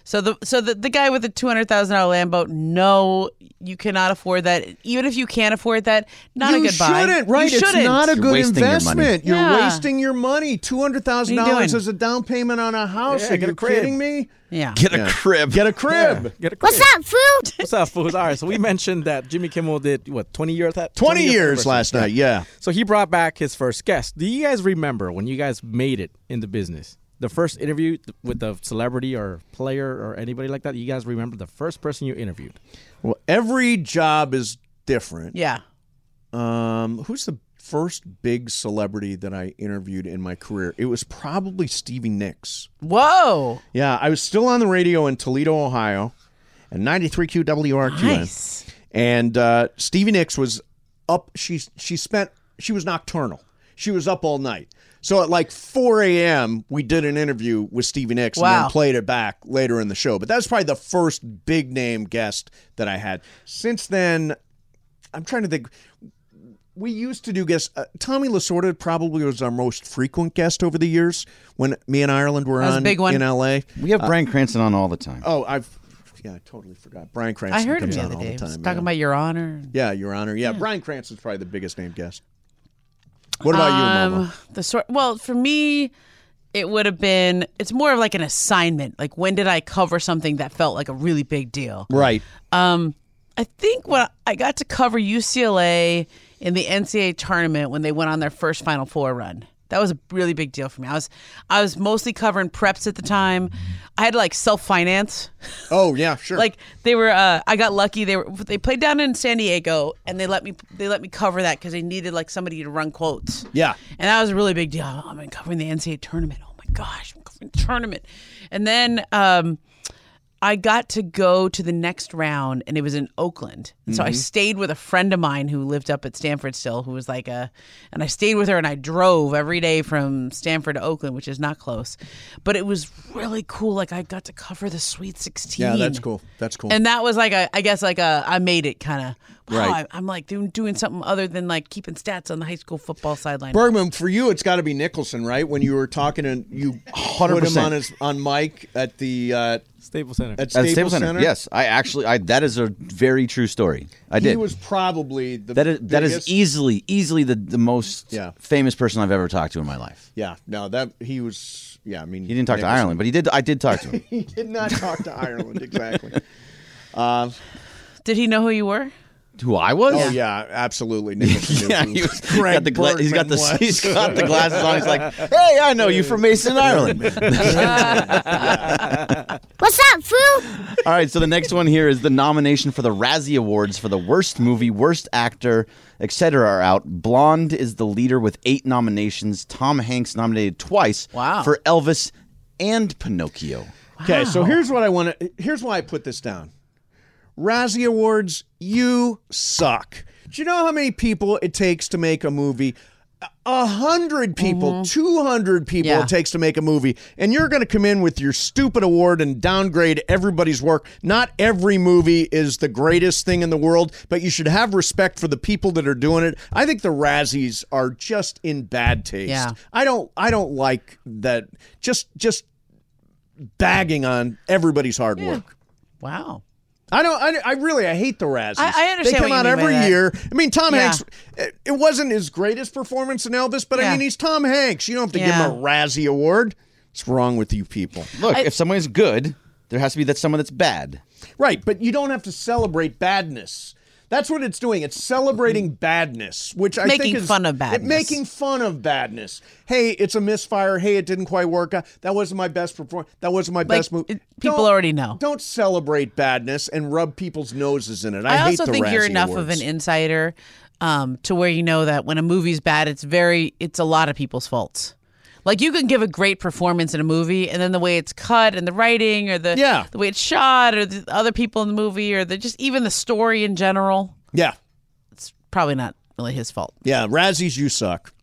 Speaker 2: So the so the, the guy with the two hundred thousand dollar Lambo, no, you cannot afford that. Even if you can't afford that, not
Speaker 1: you
Speaker 2: a good buy.
Speaker 1: shouldn't, right?
Speaker 2: You shouldn't.
Speaker 1: It's not a
Speaker 3: You're
Speaker 1: good
Speaker 3: wasting your money.
Speaker 1: investment. You're
Speaker 2: Yeah.
Speaker 1: wasting your money. Two hundred thousand
Speaker 2: What are you
Speaker 1: dollars
Speaker 2: doing?
Speaker 1: as a down payment on a house.
Speaker 4: Yeah,
Speaker 1: Are
Speaker 4: get a
Speaker 1: you
Speaker 4: crib.
Speaker 1: kidding me?
Speaker 2: yeah.
Speaker 3: Get a crib.
Speaker 1: Get a crib.
Speaker 4: Get a What's up, food? *laughs* What's up, food? All right, so we mentioned that Jimmy Kimmel did what twenty years? Twenty,
Speaker 1: Twenty years last night. Yeah.
Speaker 4: So he brought back his first guest. Do you guys remember when you guys made it in the business? The first interview th- with a celebrity or player or anybody like that. You guys remember the first person you interviewed?
Speaker 1: Well, every job is different.
Speaker 2: Yeah.
Speaker 1: Um, who's the first big celebrity that I interviewed in my career? It was probably Stevie Nicks.
Speaker 2: Whoa.
Speaker 1: Yeah, I was still on the radio in Toledo, Ohio, and 93Q WRQN.
Speaker 2: Nice.
Speaker 1: And uh, Stevie Nicks was up. She she spent she was nocturnal. She was up all night. So at like 4 a.m., we did an interview with Stevie Nicks and
Speaker 2: Wow.
Speaker 1: then played it back later in the show. But that's probably the first big name guest that I had. Since then, I'm trying to think. We used to do guests. Uh, Tommy Lasorda probably was our most frequent guest over the years when me and Ireland were
Speaker 2: That was a
Speaker 1: on
Speaker 2: big one.
Speaker 1: in Uh, L.A.
Speaker 3: We have Brian Cranston on all the time.
Speaker 1: Oh, I've yeah, I totally forgot. Brian Cranston.
Speaker 2: I heard him
Speaker 1: comes
Speaker 2: the
Speaker 1: on
Speaker 2: other
Speaker 1: all
Speaker 2: day. He
Speaker 1: The
Speaker 2: was
Speaker 1: time,
Speaker 2: talking
Speaker 1: yeah.
Speaker 2: about your honor.
Speaker 1: Yeah, Your Honor. Yeah, Brian Cranston's probably the biggest named guest. What about
Speaker 2: Um,
Speaker 1: you, Mama?
Speaker 2: The sort. Well, for me, it would have been. It's more of like an assignment. Like when did I cover something that felt like a really big deal?
Speaker 1: Right.
Speaker 2: Um, I think when I got to cover UCLA in the NCAA tournament when they went on their first Final Four run. That was a really big deal for me. I was I was mostly covering preps at the time. I had to like self finance.
Speaker 1: Oh yeah,
Speaker 2: *laughs*
Speaker 1: sure.
Speaker 2: like they were. Uh, I got lucky. They were they played down in San Diego, and they let me they let me cover that because they needed like somebody to run quotes.
Speaker 1: Yeah.
Speaker 2: And that was a really big deal. Oh, I'm like, covering the NCAA tournament. Oh my gosh, I'm covering the tournament. And then um, I got to go to the next round, and it was in Oakland. And so I
Speaker 1: Mm-hmm.
Speaker 9: Mhm.
Speaker 2: stayed with a friend of mine who lived up at Stanford still, who was like a, and I stayed with her, and I drove every day from Stanford to Oakland, which is not close, but it was really cool. Like I got to cover the Sweet Sixteen.
Speaker 1: Yeah, that's cool. That's cool.
Speaker 2: And that was like a, I guess like a, I made it kind of. Wow,
Speaker 1: Right.
Speaker 2: I, am like doing, doing something other than like keeping stats on the high school football sideline.
Speaker 1: Bergman, for you, it's got to be Nicholson, right? When you were talking and you put him
Speaker 3: 100%.
Speaker 1: on his on mic at the uh, Staples Center. At
Speaker 3: At
Speaker 1: Staples,
Speaker 3: Staples
Speaker 1: Center,
Speaker 3: Yes, I actually. I that is a very true story. I
Speaker 1: He
Speaker 3: did.
Speaker 1: was probably the
Speaker 3: that is that is
Speaker 1: biggest-
Speaker 3: easily easily the the most
Speaker 1: Yeah.
Speaker 3: famous person I've ever talked to in my life.
Speaker 1: Yeah, no, that he was. Yeah, I mean,
Speaker 3: He didn't talk to Ireland, but he did. I did talk to
Speaker 1: *laughs*
Speaker 3: him.
Speaker 1: he did not talk to Ireland exactly.
Speaker 2: Did he know who you were?
Speaker 3: Who I was?
Speaker 1: Um, Oh yeah, absolutely. Nicholson
Speaker 3: *laughs*
Speaker 1: knew
Speaker 3: yeah,
Speaker 1: who
Speaker 3: he was, he's
Speaker 1: Greg
Speaker 3: got the gla- he's got the
Speaker 1: Bergman
Speaker 3: he's
Speaker 1: was.
Speaker 3: got the glasses on. He's like, hey, I know you from Mason, *laughs*
Speaker 1: *laughs*
Speaker 3: Ireland.
Speaker 10: What's up, fool?
Speaker 3: All right, so the next one here is the nomination for the Razzie Awards for the worst movie, worst actor, etc. are out. Blonde is the leader with eight nominations. Tom Hanks nominated twice
Speaker 1: Wow.
Speaker 3: for Elvis and Pinocchio.
Speaker 1: Okay, so here's what I want to. Here's why I put this down. Razzie Awards, you suck. Do you know how many people it takes to make a movie? A hundred people, two hundred people
Speaker 9: Yeah.
Speaker 1: it takes to make a movie, and you're going to come in with your stupid award and downgrade everybody's work. Not every movie is the greatest thing in the world, but you should have respect for the people that are doing it. I think the Razzies are just in bad taste.
Speaker 2: Yeah.
Speaker 1: I don't, I don't like that. Just, just bagging on everybody's hard work.
Speaker 2: Wow.
Speaker 1: I don't. I, I really. I hate the Razzies.
Speaker 2: I- I understand
Speaker 1: They come
Speaker 2: what you mean
Speaker 1: out
Speaker 2: by
Speaker 1: every
Speaker 2: that.
Speaker 1: year. I mean, Tom
Speaker 2: Yeah.
Speaker 1: Hanks. It it wasn't his greatest performance in Elvis, but I
Speaker 2: Yeah.
Speaker 1: mean, he's Tom Hanks. You don't have to give
Speaker 2: Yeah.
Speaker 1: him a Razzie award. What's wrong with you people?
Speaker 3: Look,
Speaker 1: I-
Speaker 3: if someone is good, there has to be that someone that's bad.
Speaker 1: Right, but you don't have to celebrate badness. That's what it's doing. It's celebrating badness, which I think
Speaker 2: Mm-hmm. Making
Speaker 1: is
Speaker 2: fun of
Speaker 1: it-
Speaker 2: badness.
Speaker 1: Making fun of badness. Hey, it's a misfire. Hey, it didn't quite work out. That wasn't my best performance. That wasn't my best move.
Speaker 2: people already know.
Speaker 1: Don't celebrate badness and rub people's noses in it. I,
Speaker 2: I,
Speaker 1: hate
Speaker 2: also
Speaker 1: the
Speaker 2: think you're
Speaker 1: Razzie
Speaker 2: enough of
Speaker 1: Awards.
Speaker 2: an insider um, to where you know that when a movie's bad, it's very it's a lot of people's faults. Like you can give a great performance in a movie, and then the way it's cut and the writing, or the
Speaker 1: Yeah.
Speaker 2: the way it's shot, or the other people in the movie, or the just even the story in general,
Speaker 1: Yeah,
Speaker 2: probably not really his fault.
Speaker 1: yeah. Razzies, you suck.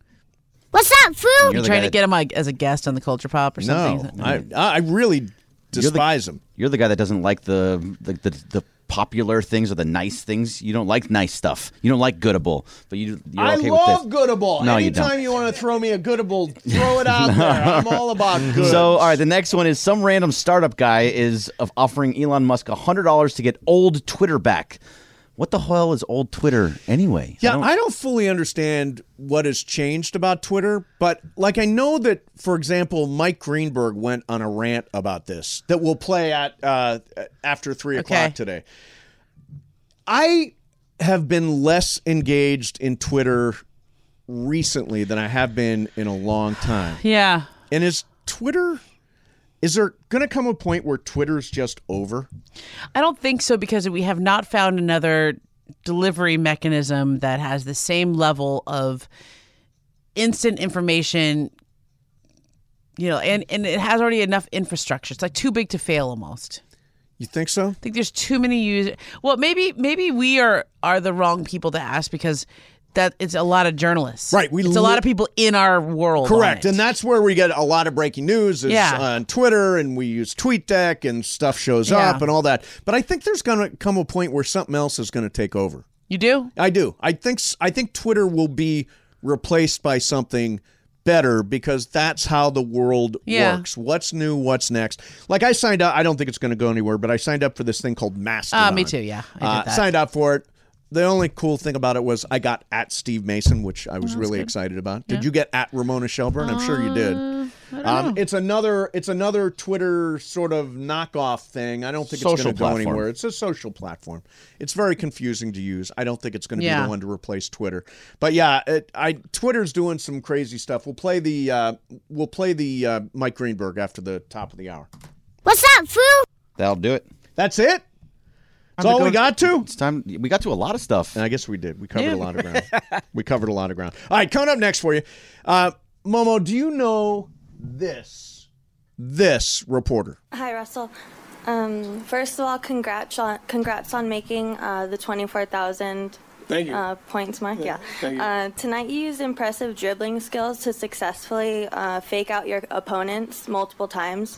Speaker 10: What's up, fool?
Speaker 2: You trying to get him like, as a guest on the Culture Pop or
Speaker 1: No,
Speaker 2: something?
Speaker 1: I, I really despise him.
Speaker 3: You're the guy that doesn't like the the, the the popular things or the nice things. You don't like nice stuff. You don't like goodable, but you you're
Speaker 1: I
Speaker 3: okay
Speaker 1: love
Speaker 3: with this.
Speaker 1: Goodable.
Speaker 3: No, you
Speaker 1: Anytime
Speaker 3: don't.
Speaker 1: you, want to throw me a Goodable, throw *laughs* it out there.
Speaker 3: *laughs*
Speaker 1: I'm all about good.
Speaker 3: So, all right, the next one is some random startup guy is of offering Elon Musk $100 to get old Twitter back. What the hell is old Twitter anyway?
Speaker 1: Yeah, I don't, fully understand what has changed about Twitter, but like I know that, for example, Mike Greenberg went on a rant about this that will play at uh, after three o'clock today. I have been less engaged in Twitter recently than I have been in a long time.
Speaker 2: Yeah.
Speaker 1: And is Twitter? Is there going to come a point where Twitter's just over?
Speaker 2: I don't think so because we have not found another delivery mechanism that has the same level of instant information you know and and it has already enough infrastructure it's like too big to fail almost
Speaker 1: You think so?
Speaker 2: I think there's too many users. Well, maybe maybe we are are the wrong people to ask because that it's a lot of journalists.
Speaker 1: Right, we
Speaker 2: it's a
Speaker 1: li-
Speaker 2: lot of people in our world. on
Speaker 1: Correct,
Speaker 2: it.
Speaker 1: and that's where we get a lot of breaking news is
Speaker 2: Yeah.
Speaker 1: on Twitter, and we use TweetDeck, and stuff shows
Speaker 2: Yeah.
Speaker 1: up and all that. But I think there's going to come a point where something else is going to take over.
Speaker 2: You do?
Speaker 1: I do. I think s- I think Twitter will be replaced by something better because that's how the world
Speaker 2: Yeah.
Speaker 1: works. What's new? What's next? Like I signed up. I don't think it's going to go anywhere, but I signed up for this thing called Mastodon.
Speaker 2: Ah, me too, yeah. I did
Speaker 1: Uh,
Speaker 2: that.
Speaker 1: Signed up for it. The only cool thing about it was I
Speaker 2: Oh,
Speaker 1: got at Steve Mason, which I was really excited about. Did you get at Ramona Shelburne? I'm sure you did.
Speaker 2: Uh, I don't
Speaker 1: Um,
Speaker 2: know.
Speaker 1: it's another it's another Twitter sort of knockoff thing. I don't think it's
Speaker 3: Social
Speaker 1: going to go
Speaker 3: platform.
Speaker 1: anywhere. It's a social platform. It's very confusing to use. I don't think it's going to be
Speaker 2: Yeah.
Speaker 1: the one to replace Twitter. But yeah, it, I Twitter's doing some crazy stuff. We'll play the uh, we'll play the uh, Mike Greenberg after the top of the hour.
Speaker 10: What's up, fool?
Speaker 3: That'll do it.
Speaker 1: That's it. That's all we got to.
Speaker 3: It's time. We got to a lot of stuff.
Speaker 1: And I guess we did. We covered
Speaker 2: Yeah.
Speaker 1: a lot
Speaker 3: *laughs*
Speaker 1: of ground. we covered a lot of ground. All right, coming up next for you, uh, Momo. Do you know this this reporter?
Speaker 9: Hi, Russell. Um, first of all, congrats on congrats on making uh, the twenty four thousand.
Speaker 11: Thank you.
Speaker 9: Uh, points mark, yeah.
Speaker 11: *laughs* Thank you.
Speaker 9: Uh, tonight, you used impressive dribbling skills to successfully uh, fake out your opponents multiple times.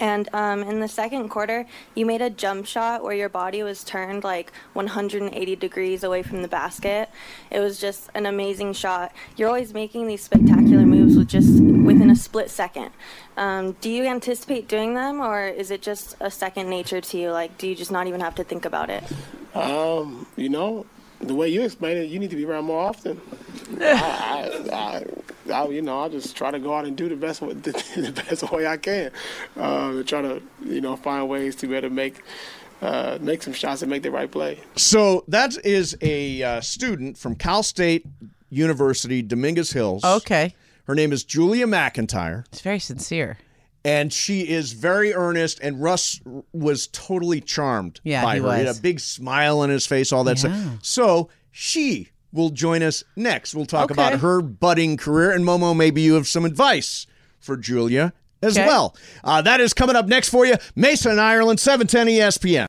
Speaker 9: And um, in the second quarter, you made a jump shot where your body was turned like 180 degrees away from the basket. It was just an amazing shot. You're always making these spectacular moves with just within a split second. Um, do you anticipate doing them, or is it just a second nature to you? Like, do you just not even have to think about it?
Speaker 11: Um, you know, the way you explain it, you need to be around more often. I, I, I, I, you know, I just try to go out and do the best *laughs* wa- the, best way I can. Uh, try to, you know, find ways to be able to make uh, make some shots and make the right play.
Speaker 1: So that is a uh, student from Cal State University, Dominguez Hills.
Speaker 2: Okay.
Speaker 1: Her name is Julia McIntyre.
Speaker 2: It's very sincere.
Speaker 1: and she is very earnest and russ was totally charmed
Speaker 2: Yeah,
Speaker 1: by
Speaker 2: he
Speaker 1: her he had
Speaker 2: was.
Speaker 1: a big smile on his face all that
Speaker 2: Yeah.
Speaker 1: stuff so she will join us next we'll talk about
Speaker 2: Okay.
Speaker 1: her budding career and momo maybe you have some advice for julia as
Speaker 2: Okay.
Speaker 1: well uh, that is coming up next for you mason ireland 710 espn